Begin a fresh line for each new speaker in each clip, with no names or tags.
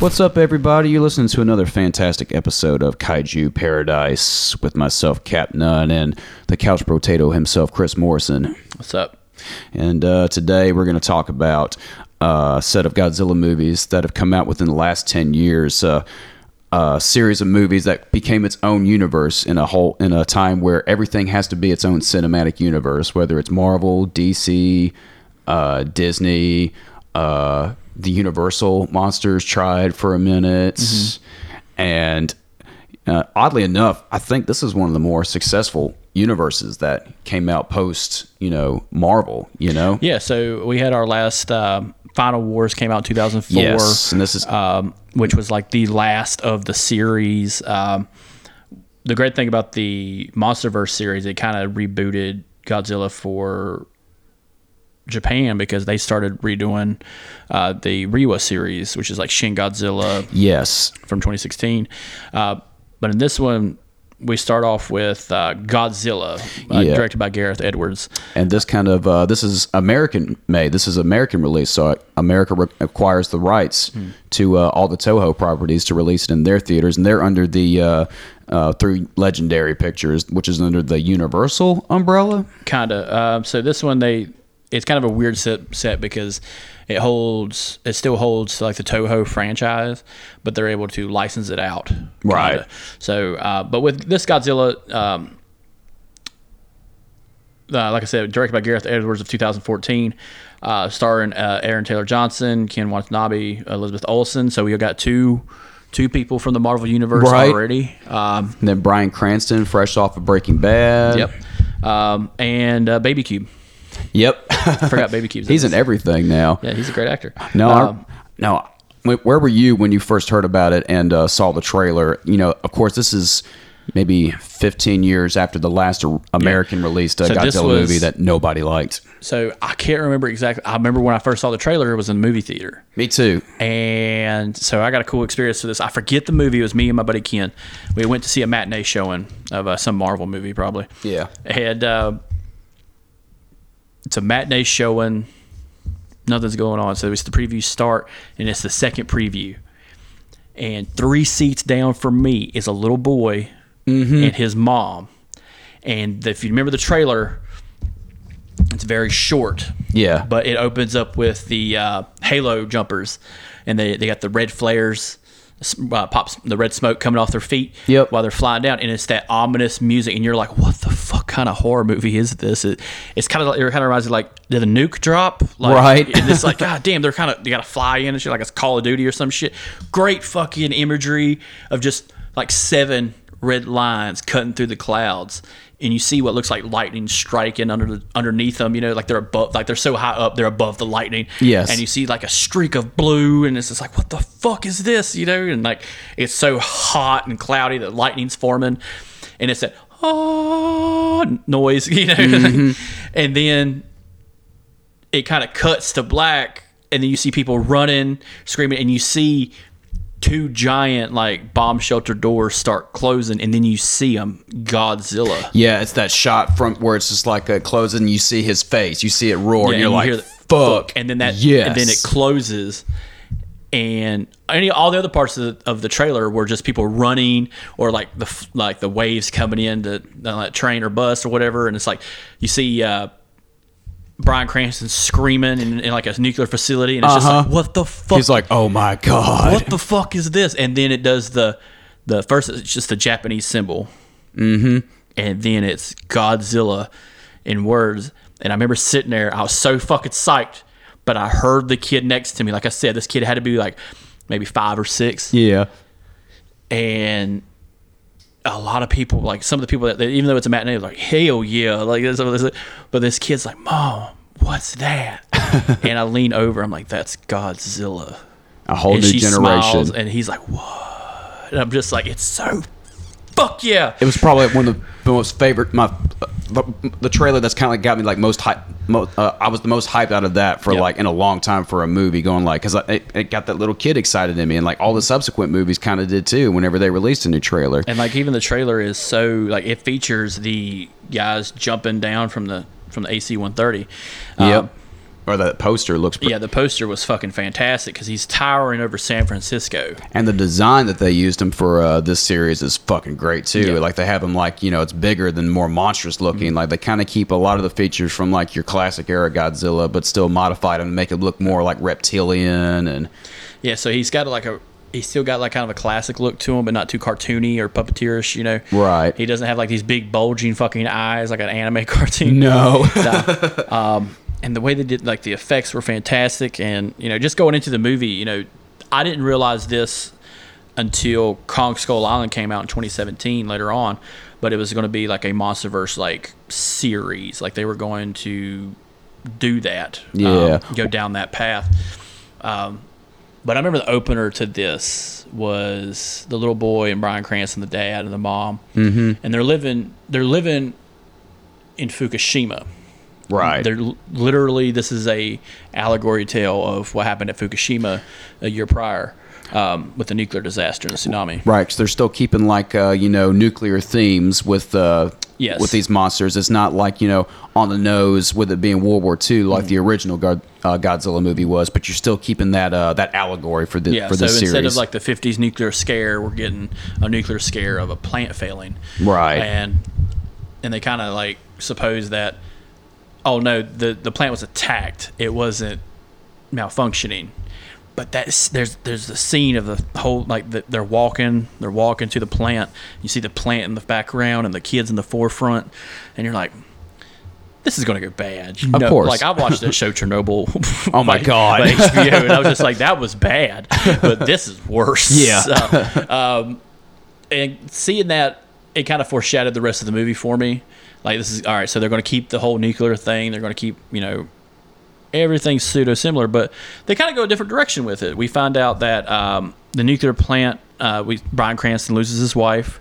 What's up, everybody? You're listening to another fantastic episode of Kaiju Paradise with myself, Cap Nunn, and the couch potato himself, Chris Morrison.
What's up?
And uh, today we're going to talk about uh, a set of Godzilla movies that have come out within the last 10 years. Uh, a series of movies that became its own universe in a whole in a time where everything has to be its own cinematic universe, whether it's Marvel, DC, uh, Disney, uh, the Universal monsters tried for a minute, and uh, oddly enough, I think this is one of the more successful universes that came out post, you know, Marvel. You know,
Yeah, so we had our last um Final Wars came out in 2004,
yes, and this is
um, which was like the last of the series. Um, the great thing about the MonsterVerse series, it kind of rebooted Godzilla for Japan because they started redoing uh, the Rewa series, which is like Shin Godzilla
yes,
from 2016. Uh, but in this one, we start off with uh, Godzilla, uh,
Yeah.
directed by Gareth Edwards.
and this kind of uh, this is American made. This is American release, so America re- acquires the rights
Hmm.
to uh, all the Toho properties to release it in their theaters, and they're under the uh, uh, through Legendary Pictures, which is under the Universal umbrella.
kind of. Um, so this one they it's kind of a weird set, set because it holds it still holds like the Toho franchise, but they're able to license it out. kinda.
Right.
So, uh, but with this Godzilla. Um, uh, like I said, directed by Gareth Edwards of 2014, uh, starring uh, Aaron Taylor Johnson, Ken Watanabe, Elizabeth Olsen. So we got two two people from the Marvel universe
Right.
already. Um,
And then Brian Cranston, fresh off of Breaking Bad.
yep. Um, and uh, Baby Cube.
Yep.
Forgot Baby Cube's.
he's
in
in
this.
everything now.
Yeah, he's a great actor.
No, I-
Um,
no. Wh- Where were you when you first heard about it and uh, saw the trailer? You know, of course, this is maybe 15 years after the last ar- American released uh,
So this
Godzilla
was-
movie that nobody liked.
so I can't remember exactly. I remember when I first saw the trailer, it was in the movie theater.
Me too.
And so I got a cool experience to this. I forget the movie. It was me and my buddy Ken. We went to see a matinee showing of uh, some Marvel movie, probably.
Yeah.
And uh, it's a matinee showing. Nothing's going on. So it's the preview start, and it's the second preview. And three seats down from me is a little boy and his mom. And if you remember the trailer, it's very short.
Yeah.
But it opens up with the uh, Halo jumpers, and they, they got the red flares, s- uh, pops the red smoke coming off their feet
Yep.
while they're flying down, and it's that ominous music, and you're like, what the fuck kind of horror movie is this? It, it's kind of like it kind of reminds you like did the nuke drop, like,
Right.
and it's like god damn, they're kind of they got to fly in and shit like it's Call of Duty or some shit. Great fucking imagery of just like seven red lines cutting through the clouds. And you see what looks like lightning striking under the, underneath them, you know, like they're above, like they're so high up, they're above the lightning.
Yes.
And you see like a streak of blue, and it's just like, what the fuck is this? You know, and like it's so hot and cloudy that lightning's forming, and it's that oh noise, you know, and then it kind of cuts to black, and then you see people running, screaming, and you see two giant like bomb shelter doors start closing, and then you see them Godzilla.
Yeah, it's that shot from where it's just like a closing. You see his face. You see it roar.
Yeah,
and you're
you
like,
hear the
fuck.
and then that
Yes.
and then it closes and any all the other parts of the, of the trailer were just people running or like the f- like the waves coming in to uh, like train or bus or whatever and it's like you see uh Brian Cranston screaming in, in like a nuclear facility and it's just like what the fuck
Uh-huh. He's like, oh my god.
what the fuck is this? And then it does the the first it's just the Japanese symbol. Mm-hmm. And then it's Godzilla in words. And I remember sitting there, I was so fucking psyched, but I heard the kid next to me. Like I said, this kid had to be like maybe five or six.
Yeah.
And a lot of people, like some of the people that, that even though it's a matinee, like hell yeah, like this, this, but this kid's like, mom, what's that? and I lean over, I'm like, that's Godzilla.
A whole
and
new
she
generation.
smiles, and he's like, what? And I'm just like, it's so fuck yeah.
it was probably one of the most favorite my the, the trailer that's kind of like got me like most hype mo, uh, i was the most hyped out of that for
Yeah.
like in a long time for a movie going like because it, it got that little kid excited in me and like all the subsequent movies kind of did too whenever they released a new trailer
And like even the trailer is so like it features the guys jumping down from the from the AC 130.
yep Um, or that poster looks pretty
Um, yeah, the poster was fucking fantastic because he's towering over San Francisco.
and the design that they used him for uh, this series is fucking great too
Yeah. Mm-hmm.
like they have him like you know it's bigger than more monstrous looking like they kind of keep a lot of the features from like your classic era godzilla but still modified and make it look more like reptilian and
Yeah, so he's got like a he's still got like kind of a classic look to him, but not too cartoony or puppeteerish, you know.
Right.
He doesn't have like these big bulging fucking eyes like an anime cartoon.
no
So, um, and the way they did like the effects were fantastic, and you know just going into the movie, you know, I didn't realize this until Kong Skull Island came out in 2017 later on, but it was going to be like a MonsterVerse like series, like they were going to do that, um,
Yeah.
go down that path. Um, but I remember the opener to this was the little boy and Brian Cranston, the dad and the mom, mm-hmm. and they're living they're living in Fukushima.
Right.
They're l- literally this is a allegory tale of what happened at Fukushima a year prior um, with the nuclear disaster and the tsunami.
right. So they're still keeping like uh, you know nuclear themes with uh,
Yes.
with these monsters. It's not like you know on the nose with it being World War II like
Mm-hmm.
the original God, uh, Godzilla movie was, but you're still keeping that uh, that allegory for the
Yeah,
for the
so instead
series.
of like the 50s nuclear scare, we're getting a nuclear scare of a plant failing.
Right.
And and they kind of like suppose that oh no, the the plant was attacked. It wasn't malfunctioning. But that's there's there's the scene of the whole like the, they're walking they're walking to the plant. You see the plant in the background and the kids in the forefront, and you're like, this is gonna go bad. You
Of
know,
course.
like I watched that show Chernobyl.
Oh my
by-
God.
by HBO, and I was just like, that was bad, but this is worse.
Yeah.
So, um, and seeing that, it kind of foreshadowed the rest of the movie for me. Like this is all right. So they're going to keep the whole nuclear thing. They're going to keep you know everything pseudo similar, but they kind of go a different direction with it. We find out that um, the nuclear plant. Uh, we Brian Cranston loses his wife.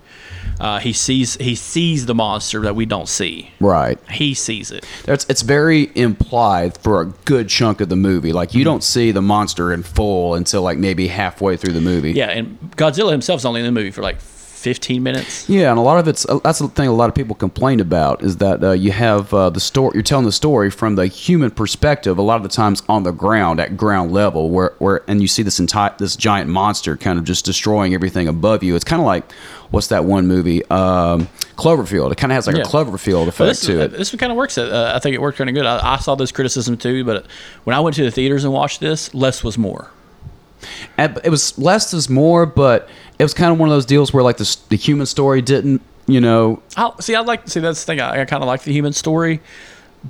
Uh, he sees he sees the monster that we don't see.
right.
He sees it.
That's it's very implied for a good chunk of the movie. Like you
Mm-hmm.
don't see the monster in full until like maybe halfway through the movie.
Yeah, and Godzilla himself's only in the movie for like 15 minutes.
Yeah, and a lot of it's uh, that's the thing a lot of people complain about is that uh, you have uh, the story you're telling the story from the human perspective a lot of the times on the ground at ground level where where and you see this entire this giant monster kind of just destroying everything above you. It's kind of like what's that one movie um, Cloverfield? It kind of has like
Yeah.
a Cloverfield effect
But this,
to it.
this kind of works. Uh, I think it worked kind of good. I, I saw this criticism too, but when I went to the theaters and watched this, less was more.
And it was less is more, but it was kind of one of those deals where like the s- the human story didn't you know
I see. I like see that's the thing. I, I kind of like the human story,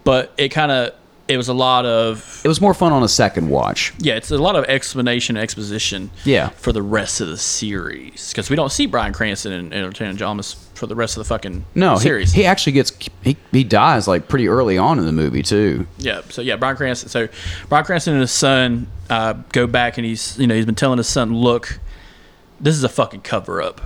but it kind of it was a lot of
it was more fun on a second watch.
yeah, it's a lot of explanation, exposition.
Yeah.
for the rest of the series because we don't see Brian Cranston and, and Lieutenant Jalmis for the rest of the fucking
No, he,
series.
he actually gets he, he dies like pretty early on in the movie too.
Yeah. So yeah, Brian Cranston. So Brian Cranston and his son uh, go back, and he's you know he's been telling his son, look, this is a fucking cover up.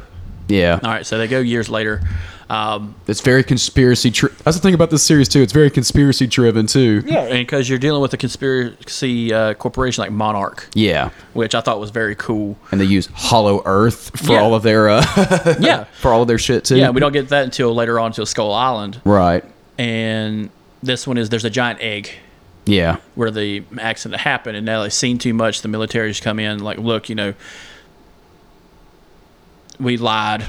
Yeah,
All right. So they go years later. Um,
it's very conspiracy. Tri- That's the thing about this series too. It's very conspiracy driven too.
yeah. And because you're dealing with a conspiracy uh, corporation like Monarch,
Yeah,
which I thought was very cool.
and they use Hollow Earth for
Yeah.
all of their uh,
Yeah.
for all of their shit too.
Yeah. We don't get that until later on, until Skull Island,
right.
and this one is there's a giant egg
Yeah,
where the accident happened, and now they've seen too much. The military's come in, like, look, you know, we lied.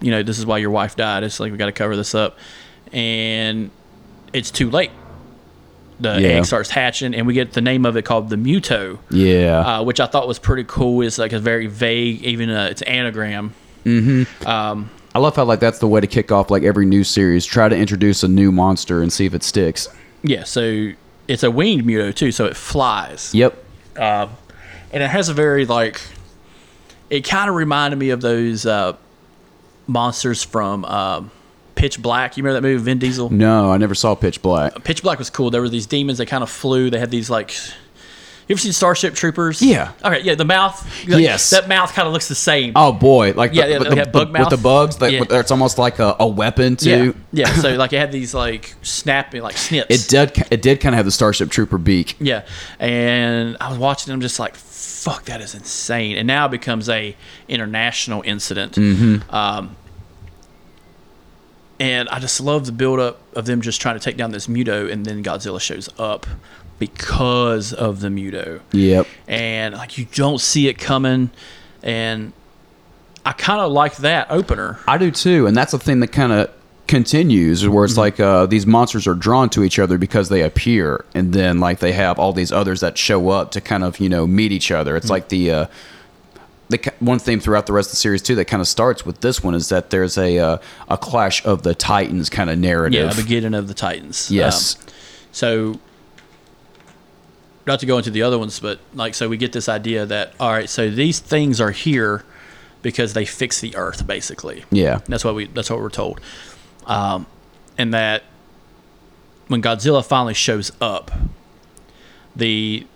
You know, this is why your wife died. It's like we got to cover this up, and it's too late. The
Yeah.
egg starts hatching, and we get the name of it called the Muto,
yeah.
uh, which I thought was pretty cool. It's like a very vague, even uh it's an anagram.
I love how like that's the way to kick off like every new series. Try to introduce a new monster and see if it sticks.
Yeah, so it's a winged Muto too, so it flies.
Yep.
and it has a very like it kind of reminded me of those uh monsters from um, Pitch Black. You remember that movie, Vin Diesel?
No, I never saw Pitch Black.
Pitch Black was cool. There were these demons that kind of flew. They had these like. You ever seen Starship Troopers?
Yeah.
Okay. Yeah. The mouth.
Yes.
That mouth kind of looks the same.
Oh boy, like the,
Yeah, yeah,
with
they
the,
have bug
with the
mouth.
bugs, like
Yeah.
with- it's almost like a, a weapon
yeah.
too.
Yeah. So like it had these like snapping like snips.
It did. It did kind of have the Starship Trooper beak.
Yeah, and I was watching them just like, fuck, that is insane. And now it becomes a international incident.
Mm-hmm.
Um, and I just love the build up of them just trying to take down this Muto, and then Godzilla shows up because of the Muto
Yep.
and like you don't see it coming and i kind of like that opener
I do too, and that's a thing that kind of continues, where it's like uh, these monsters are drawn to each other because they appear, and then like they have all these others that show up to kind of you know meet each other. It's like the uh, the ki- one theme throughout the rest of the series too that kind of starts with this one is that there's a uh, a clash of the titans kind of
yeah
narrative.
the beginning of the titans
yes.
Um, so not to go into the other ones but like so we get this idea that all right so these things are here because they fix the earth basically
yeah.
That's what we. That's what we're told, um, and that when Godzilla finally shows up, the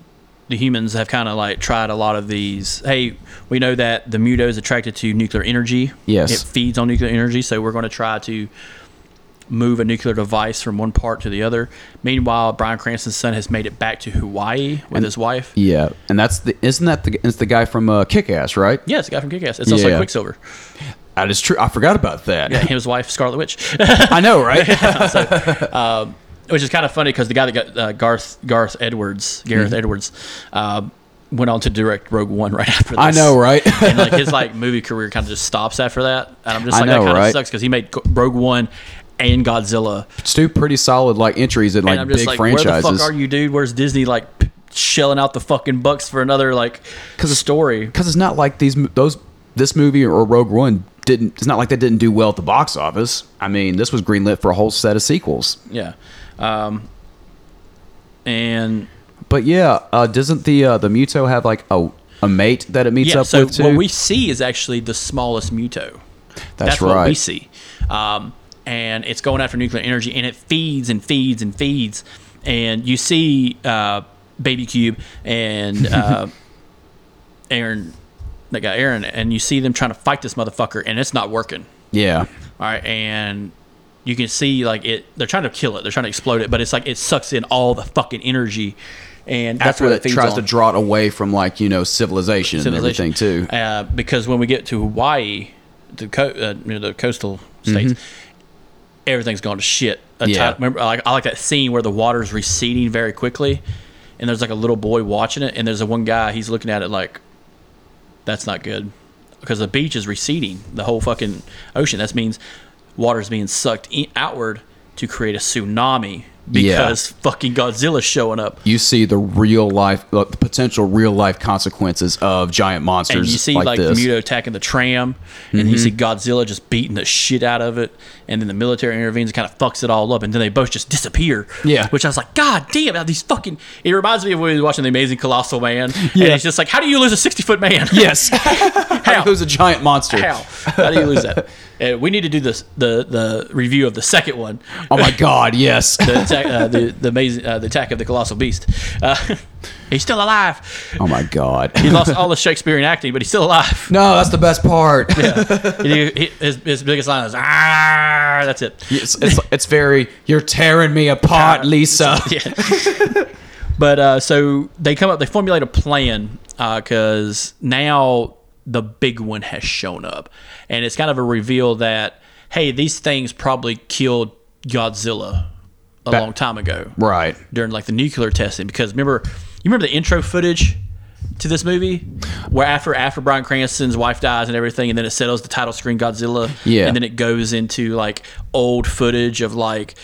the humans have kind of like tried a lot of these. Hey, we know that the Muto is attracted to nuclear energy.
Yes.
it feeds on nuclear energy, so we're going to try to move a nuclear device from one part to the other. Meanwhile, Brian Cranston's son has made it back to Hawaii with his wife.
Yeah, and that's the isn't that the it's the guy from uh, Kick Ass, right?
Yeah, it's the guy from Kick-Ass. It's also
Yeah.
Quicksilver.
That is true. I forgot about that.
Yeah, his wife, Scarlet Witch.
I know, right?
which is kind of funny because the guy that got uh, Garth Garth Edwards, Gareth
Mm-hmm.
Edwards, uh, went on to direct Rogue One right after. This.
I know, right?
and like his like movie career kind of just stops after that, and I'm just
I
like
know,
that kind
right?
of sucks because he made Go- Rogue One and Godzilla,
it's two pretty solid like entries in
and
like
I'm just
big
like,
franchises.
where the fuck are you, dude? Where's Disney like p- shelling out the fucking bucks for another like because a story?
because it's not like these mo- those this movie or Rogue One didn't. It's not like they didn't do well at the box office. I mean, this was greenlit for a whole set of sequels.
Yeah, um, and
But yeah, uh, doesn't the uh, the Muto have like a a mate that it meets
yeah,
up
so
with too?
what we see is actually the smallest Muto.
That's,
what we
right.
see. Um, and it's going after nuclear energy, and it feeds and feeds and feeds. And you see uh, Baby Cube and uh, Aaron, that guy Aaron, and you see them trying to fight this motherfucker, and it's not working.
Yeah,
All right, and you can see like it. They're trying to kill it. They're trying to explode it, but it's like it sucks in all the fucking energy, and that's
after
what
that
it feeds
tries
on.
to draw it away from like you know civilization,
civilization.
and everything too.
Uh, because when we get to Hawaii, the co- uh, you know, the coastal states, everything's gone to shit. A ti-
Mm-hmm. Yeah.
remember, I like, I like that scene where the water's receding very quickly, and there's like a little boy watching it, and there's a one guy he's looking at it like, that's not good, because the beach is receding, the whole fucking ocean. That means water's being sucked in, outward to create a tsunami
Yeah.
because fucking Godzilla's showing up.
You see the real life, uh, the potential real life consequences of giant monsters
and you see
like,
like,
this. Mm-hmm.
Muto attacking the tram, and you see Godzilla just beating the shit out of it, and then the military intervenes and kind of fucks it all up, and then they both just disappear.
Yeah.
which I was like, God damn! How these fucking it reminds me of when we were watching the Amazing Colossal Man,
Yeah.
and it's just like, how do you lose a sixty foot man?
Yes, how? who's a giant monster?
How? How do you lose that? Uh, we need to do this the the review of the second one,
Oh my God! Yes.
the attack, uh, the the amazing uh, the attack of the colossal beast. Uh, he's still alive.
oh my God!
He lost all the Shakespearean acting, but he's still alive.
No, that's the best part.
He- he- his, his biggest line is ah that's it
It's, it's, it's very, you're tearing me apart, Lisa.
but uh, so they come up they formulate a plan because now the big one has shown up and it's kind of a reveal that hey these things probably killed godzilla a long time ago
Right.
during like the nuclear testing because remember you remember the intro footage to this movie where after after Brian Cranston's wife dies and everything and then it settles the title screen Godzilla
Yeah.
and then it goes into like old footage of like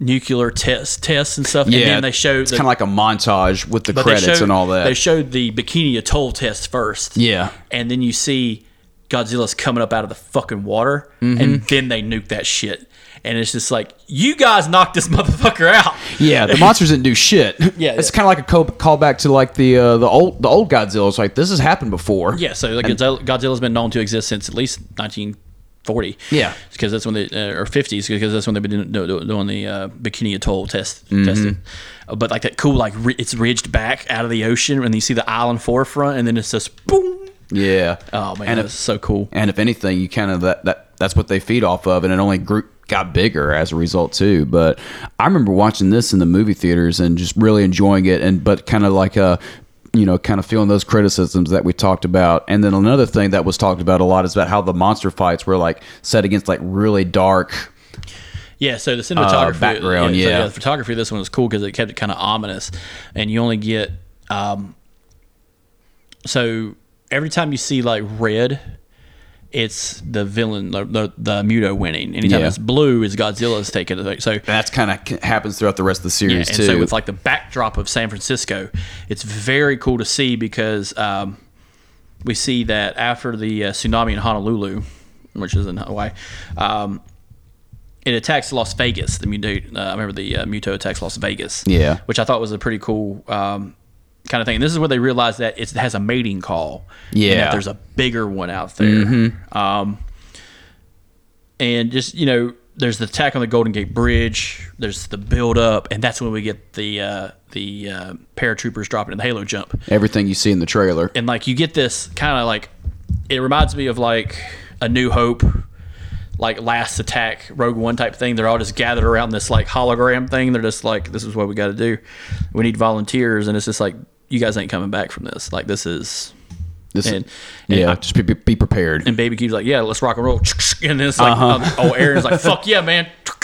nuclear test tests and stuff and then they show
it's
the-
kind of like a montage with the
but they
credits
showed-
and all
They
that.
showed the Bikini Atoll test first.
Yeah.
And then you see Godzilla's coming up out of the fucking water, and
Mm-hmm.
then they nuke that shit. And it's just like, you guys knocked this motherfucker out.
yeah, the monsters didn't do shit.
Yeah,
it's
yeah.
kind of like a co- callback to like the uh, the old the old Godzilla. It's like this has happened before.
Yeah, so like Godzilla, Godzilla's been known to exist since at least 19 40.
Yeah.
Because that's when they, uh, or 50s, because that's when they've been doing, doing- doing the uh, Bikini Atoll test,
Mm-hmm.
testing. Uh, But like that cool, like ri- it's ridged back out of the ocean and you see the island forefront and then it's just boom.
Yeah.
Oh man,
And
that's so cool.
and if anything, you kind of that, that that's what they feed off of, and it only grew, got bigger as a result too. But I remember watching this in the movie theaters and just really enjoying it, and but kind of like uh you know, kind of feeling those criticisms that we talked about, and then another thing that was talked about a lot is about how the monster fights were like set against like really dark.
Yeah, so the cinematography
Uh, background,
so,
yeah.
the photography of this one was cool because it kept it kind of ominous, and you only get um, so every time you see like red, it's the villain, the the, the Muto winning. Anytime
Yeah.
it's blue, is Godzilla's taking it. So
That's kind of happens throughout the rest of the
yeah,
series
and
too.
so with like the backdrop of San Francisco, it's very cool to see because um, we see that after the uh, tsunami in Honolulu, which is in Hawaii, um, it attacks Las Vegas. The Muto, uh, I remember the uh, Muto attacks Las Vegas.
Yeah.
which I thought was a pretty cool um, kind of thing. And this is where they realize that it's, it has a mating call. and that
Yeah.
there's a bigger one out there. Um, and just you know there's the attack on the golden gate bridge there's the build up and that's when we get the uh, the uh, paratroopers dropping in the halo jump
Everything you see in the trailer.
and like you get this kind of like it reminds me of like a new hope like last attack rogue one type thing they're all just gathered around this like hologram thing they're just like this is what we got to do we need volunteers and it's just like you guys ain't coming back from this like this is
This,
and- and
yeah,
I-
just be, be- be prepared.
and Baby Q's like, yeah, let's rock and roll. And then it's like, oh, Aaron's like, fuck yeah, man.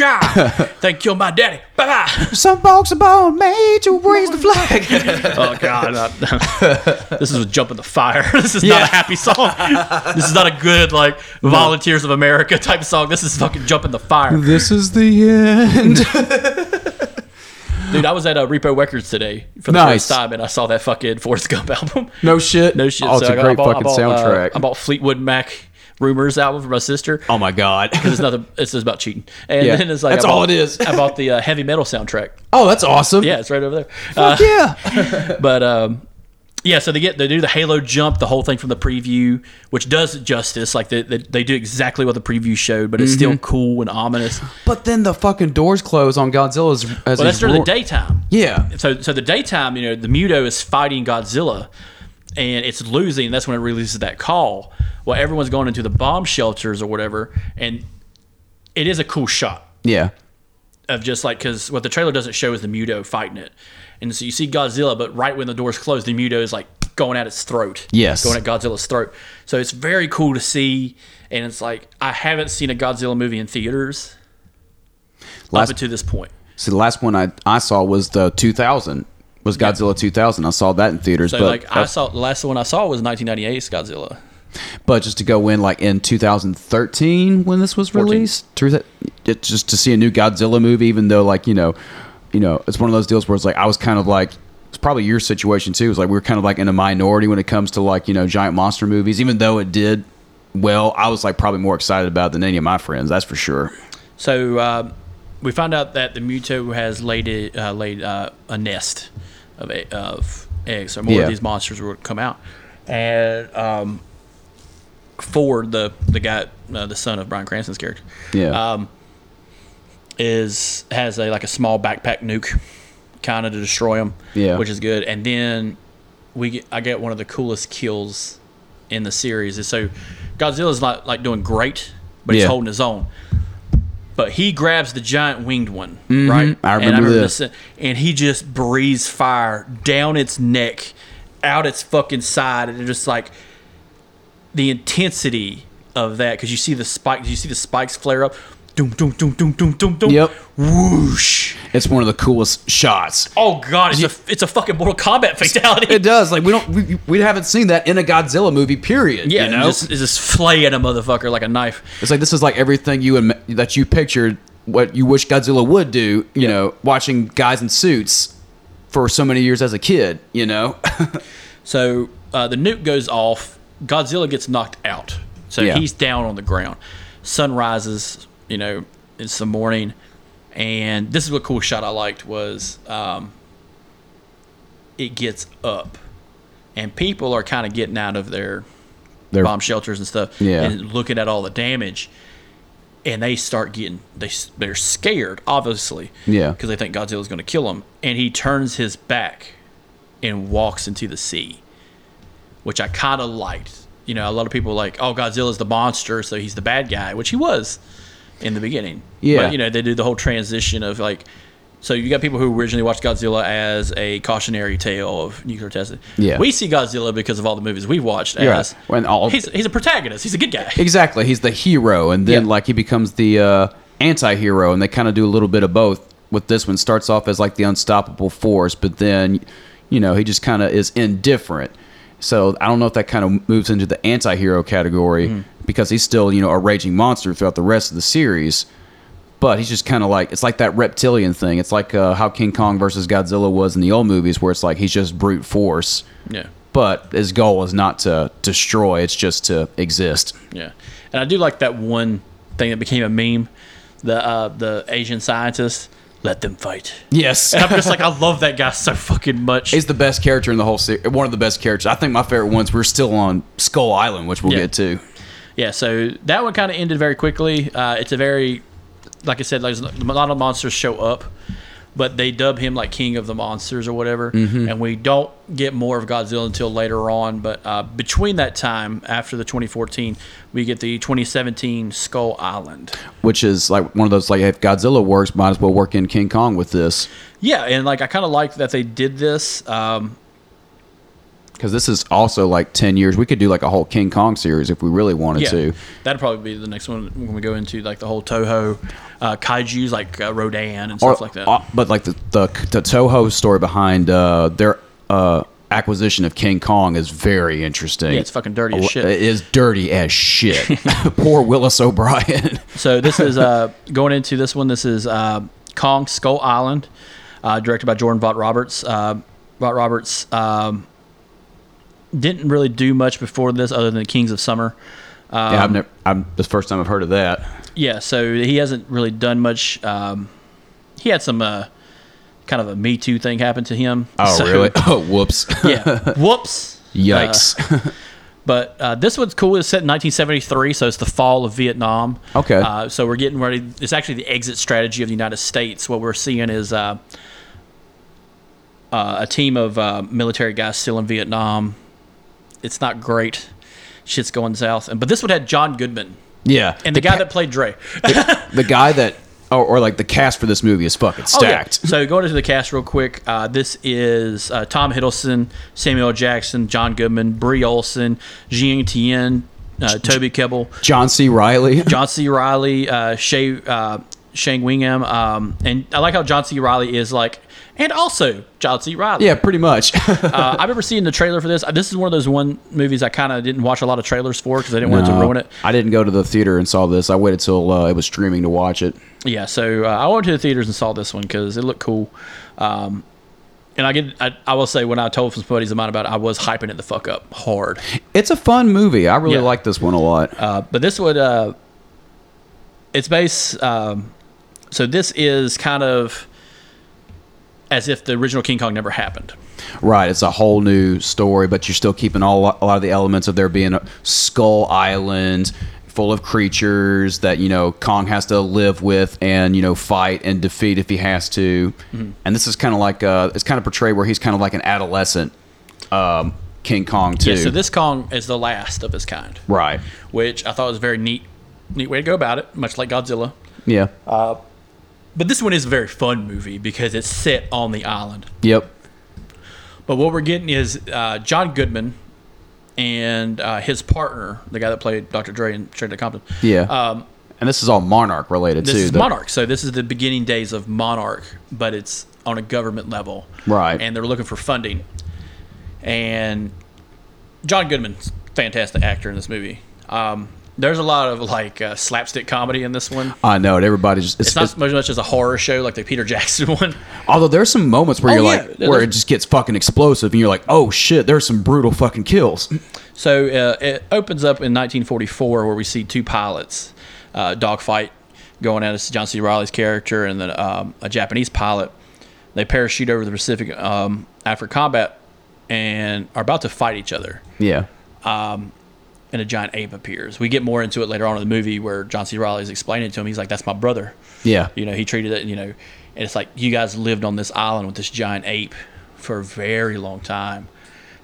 Thank you, my daddy. Bye bye.
Some folks are born made to raise the flag.
Oh, God. I- this is jumping the fire. This is not a happy song. This is not a good, like, Volunteers of America type song. This is fucking jumping the fire.
this is the end.
Dude, I was at uh, Repo Records today for the
Nice.
first time and I saw that fucking Forrest Gump album.
No shit.
No shit.
Oh, it's
So
a
I
great
bought-
fucking
I bought, uh,
soundtrack.
I bought Fleetwood Mac Rumors album for my sister.
oh my god.
Because it's nothing. It's just about cheating, and
Yeah.
then it's like I
That's all
bought-
it is.
I bought the uh, heavy metal soundtrack.
oh, that's awesome.
Yeah, it's right over there. Uh,
Fuck yeah.
but um, yeah, so they get they do the Halo jump, the whole thing from the preview, which does it justice. Like they, they, they do exactly what the preview showed, but it's still cool and ominous.
but then the fucking doors close on Godzilla's. As
But that's
he's
during the
roar-
daytime.
Yeah.
So so the daytime, you know, the Muto is fighting Godzilla, and it's losing. and that's when it releases that call. Well, everyone's going into the bomb shelters or whatever, and it is a cool shot.
Yeah.
of just like because what the trailer doesn't show is the Muto fighting it, and so you see Godzilla, but right when the doors close, the Muto is like going at its throat.
Yes.
going at Godzilla's throat. So it's very cool to see, and it's like I haven't seen a Godzilla movie in theaters
Last
up to this point.
see, the last one I I saw was the 2000 was Godzilla 2000. I saw that in theaters,
So
but
like I saw the last one I saw was 1998's Godzilla.
but just to go in like in 2013 when this was released through that it- just to see a new godzilla movie even though like you know you know it's one of those deals where it's like i was kind of like it's probably your situation too it's like we were kind of like in a minority when it comes to like you know giant monster movies even though it did well i was like probably more excited about it than any of my friends that's for sure
So um, we found out that the Muto has laid a, uh, laid uh, a nest of e- of eggs, or more
Yeah.
of these monsters will come out. And um, Ford, the the guy, uh, the son of Brian Cranston's character,
yeah
um, is has a like a small backpack nuke, kind of to destroy him.
Yeah.
which is good. And then we get, I get one of the coolest kills in the series. Is so Godzilla's not like doing great, but he's
Yeah.
holding his own. But he grabs the giant winged one, right?
Mm-hmm. I
And
remember this.
And he just breathes fire down its neck, out its fucking side, and it just like the intensity of that because you see the spike. You see the spikes flare up. Doom, doom, doom, doom, doom, doom, doom.
Yep.
Whoosh.
it's one of the coolest shots
Oh god, it's a it's a fucking Mortal Kombat fatality.
it does like we don't we, we haven't seen that in a godzilla movie period
yeah,
you
you
know
just, it's just flaying a motherfucker like a knife.
It's like this is like everything you and that you pictured what you wish Godzilla would do. You know, watching guys in suits for so many years as a kid. You know,
So uh, the nuke goes off. Godzilla gets knocked out. So
Yeah.
he's down on the ground. Sun rises. You know, it's the morning, and this is what cool shot I liked was um, it gets up, and people are kind of getting out of their
They're-
bomb shelters and stuff,
Yeah.
and looking at all the damage, and they start getting they s- they're scared, obviously,
Yeah.
because they think Godzilla's going to kill them, and he turns his back and walks into the sea, which I kind of liked. You know, a lot of people are like, oh, Godzilla's the monster, so he's the bad guy, which he was in the beginning.
Yeah.
But, you know, they do the whole transition of like, so you got people who originally watched Godzilla as a cautionary tale of nuclear testing.
Yeah.
We see Godzilla because of all the movies we've watched
Yeah.
as
When all-
he's, he's a protagonist, he's a good guy.
Exactly. He's the hero, and then
Yeah.
like he becomes the uh, anti-hero, and they kind of do a little bit of both. With this one, starts off as like the unstoppable force, but then, you know, he just kind of is indifferent. So I don't know if that kind of moves into the anti-hero category because he's still you know a raging monster throughout the rest of the series. But he's just kind of like it's like that reptilian thing. It's like uh, how King Kong versus Godzilla was in the old movies, where it's like he's just brute force.
Yeah.
But his goal is not to destroy; it's just to exist.
Yeah, and I do like that one thing that became a meme, the uh, the Asian scientist. Let them fight.
Yes.
I'm just like I love that guy so fucking much.
He's the best character in the whole series. One of the best characters. I think my favorite ones. We're still on Skull Island, which we'll
Yeah.
get to.
yeah, so that one kind of ended very quickly. Uh, it's a very, like I said, like, a lot of monsters show up, but they dub him like King of the Monsters or whatever. And we don't get more of Godzilla until later on. But uh, between that time, after the 2014, we get the 2017 Skull Island.
Which is like one of those like if Godzilla works, might as well work in King Kong with this
Yeah, and like I kind of liked that they did this. Um,
because this is also like ten years. We could do like a whole King Kong series if we really wanted
yeah,
to.
that'd probably be the next one when we go into like the whole Toho uh, kaiju's, like uh, Rodan and
Or-
stuff like that.
uh, but like the, the the Toho story behind uh, their uh, acquisition of King Kong is very interesting.
Yeah, it's fucking dirty as shit.
It is dirty as shit. Poor Willis O'Brien.
So this is uh, going into this one. This is uh, Kong Skull Island, uh, directed by Jordan Vaught Roberts. Uh, Vaught Roberts um, didn't really do much before this, other than Kings of Summer. Um,
yeah, I've never. I'm the first time I've heard of that.
Yeah, so he hasn't really done much. Um, he had some uh, kind of a Me Too thing happen to him.
Oh
So-
really? Oh whoops.
yeah. Whoops. Uh,
Yikes.
But uh, this one's cool. It's set in 1973, so it's the fall of Vietnam.
Okay.
Uh, so we're getting ready. It's actually the exit strategy of the United States. What we're seeing is uh, uh, a team of uh, military guys still in Vietnam. It's not great. Shit's going south. And but this one had John Goodman
yeah.
and the, guy
ca-
that played Dre.
the guy that or, or like the cast for this movie is fucking
Oh, yeah.
stacked.
So going into the cast real quick, uh, this is uh, Tom Hiddleston, Samuel L. Jackson, John Goodman, Brie Olson, Jiang Tian, uh, Toby Kebbell.
John C. Riley.
John C. Riley, uh, Shay, uh, Shang Wingham, um, and I like how John C. Riley is like, and also John C. Riley.
yeah, pretty much.
uh, I remember seeing the trailer for this. Uh, This is one of those one movies I kind of didn't watch a lot of trailers for because I didn't want it to ruin it.
I didn't go to the theater and saw this. I waited till uh, it was streaming to watch it.
Yeah, so uh, I went to the theaters and saw this one because it looked cool. Um, and I get, I, I will say, when I told some buddies of mine about it, I was hyping it the fuck up hard.
It's a fun movie. I really
Yeah.
like this one a lot.
Uh, but this would uh, it's based um, so this is kind of as if the original King Kong never happened.
right, it's a whole new story, but you're still keeping all a lot of the elements of there being a Skull Island full of creatures that you know Kong has to live with and you know fight and defeat if he has to.
Mm-hmm.
And this is kind of like uh, it's kind of portrayed where he's kind of like an adolescent um, King Kong too.
Yeah, so this Kong is the last of his kind,
right.
which I thought was a very neat neat way to go about it, much like Godzilla.
Yeah.
Uh, But this one is a very fun movie because it's set on the island.
yep.
But what we're getting is uh, John Goodman and uh, his partner, the guy that played Dr. Dre in Straight Outta Compton.
Yeah.
Um,
and this is all Monarch related
This
too.
is
the-
Monarch. So this is the beginning days of Monarch, but it's on a government level.
Right.
And they're looking for funding. And John Goodman's fantastic actor in this movie. Um, there's a lot of like uh, slapstick comedy in this one.
I know, and everybody's just, it's,
It's not
it's-
as much, much as a horror show like the Peter Jackson one.
although there's some moments where
Oh,
you're
yeah,
like
there-
where it
there's-
just gets fucking explosive and you're like, "Oh shit, there's some brutal fucking kills."
So uh, it opens up in 1944 where we see two pilots uh, dogfight going at us, John C. Riley's character and then um, a Japanese pilot. They parachute over the Pacific um, after combat and are about to fight each other.
yeah.
and a giant ape appears. We get more into it later on in the movie where John C. Riley is explaining it to him. He's like, "That's my brother."
Yeah.
You know, he treated it. You know, and it's like you guys lived on this island with this giant ape for a very long time,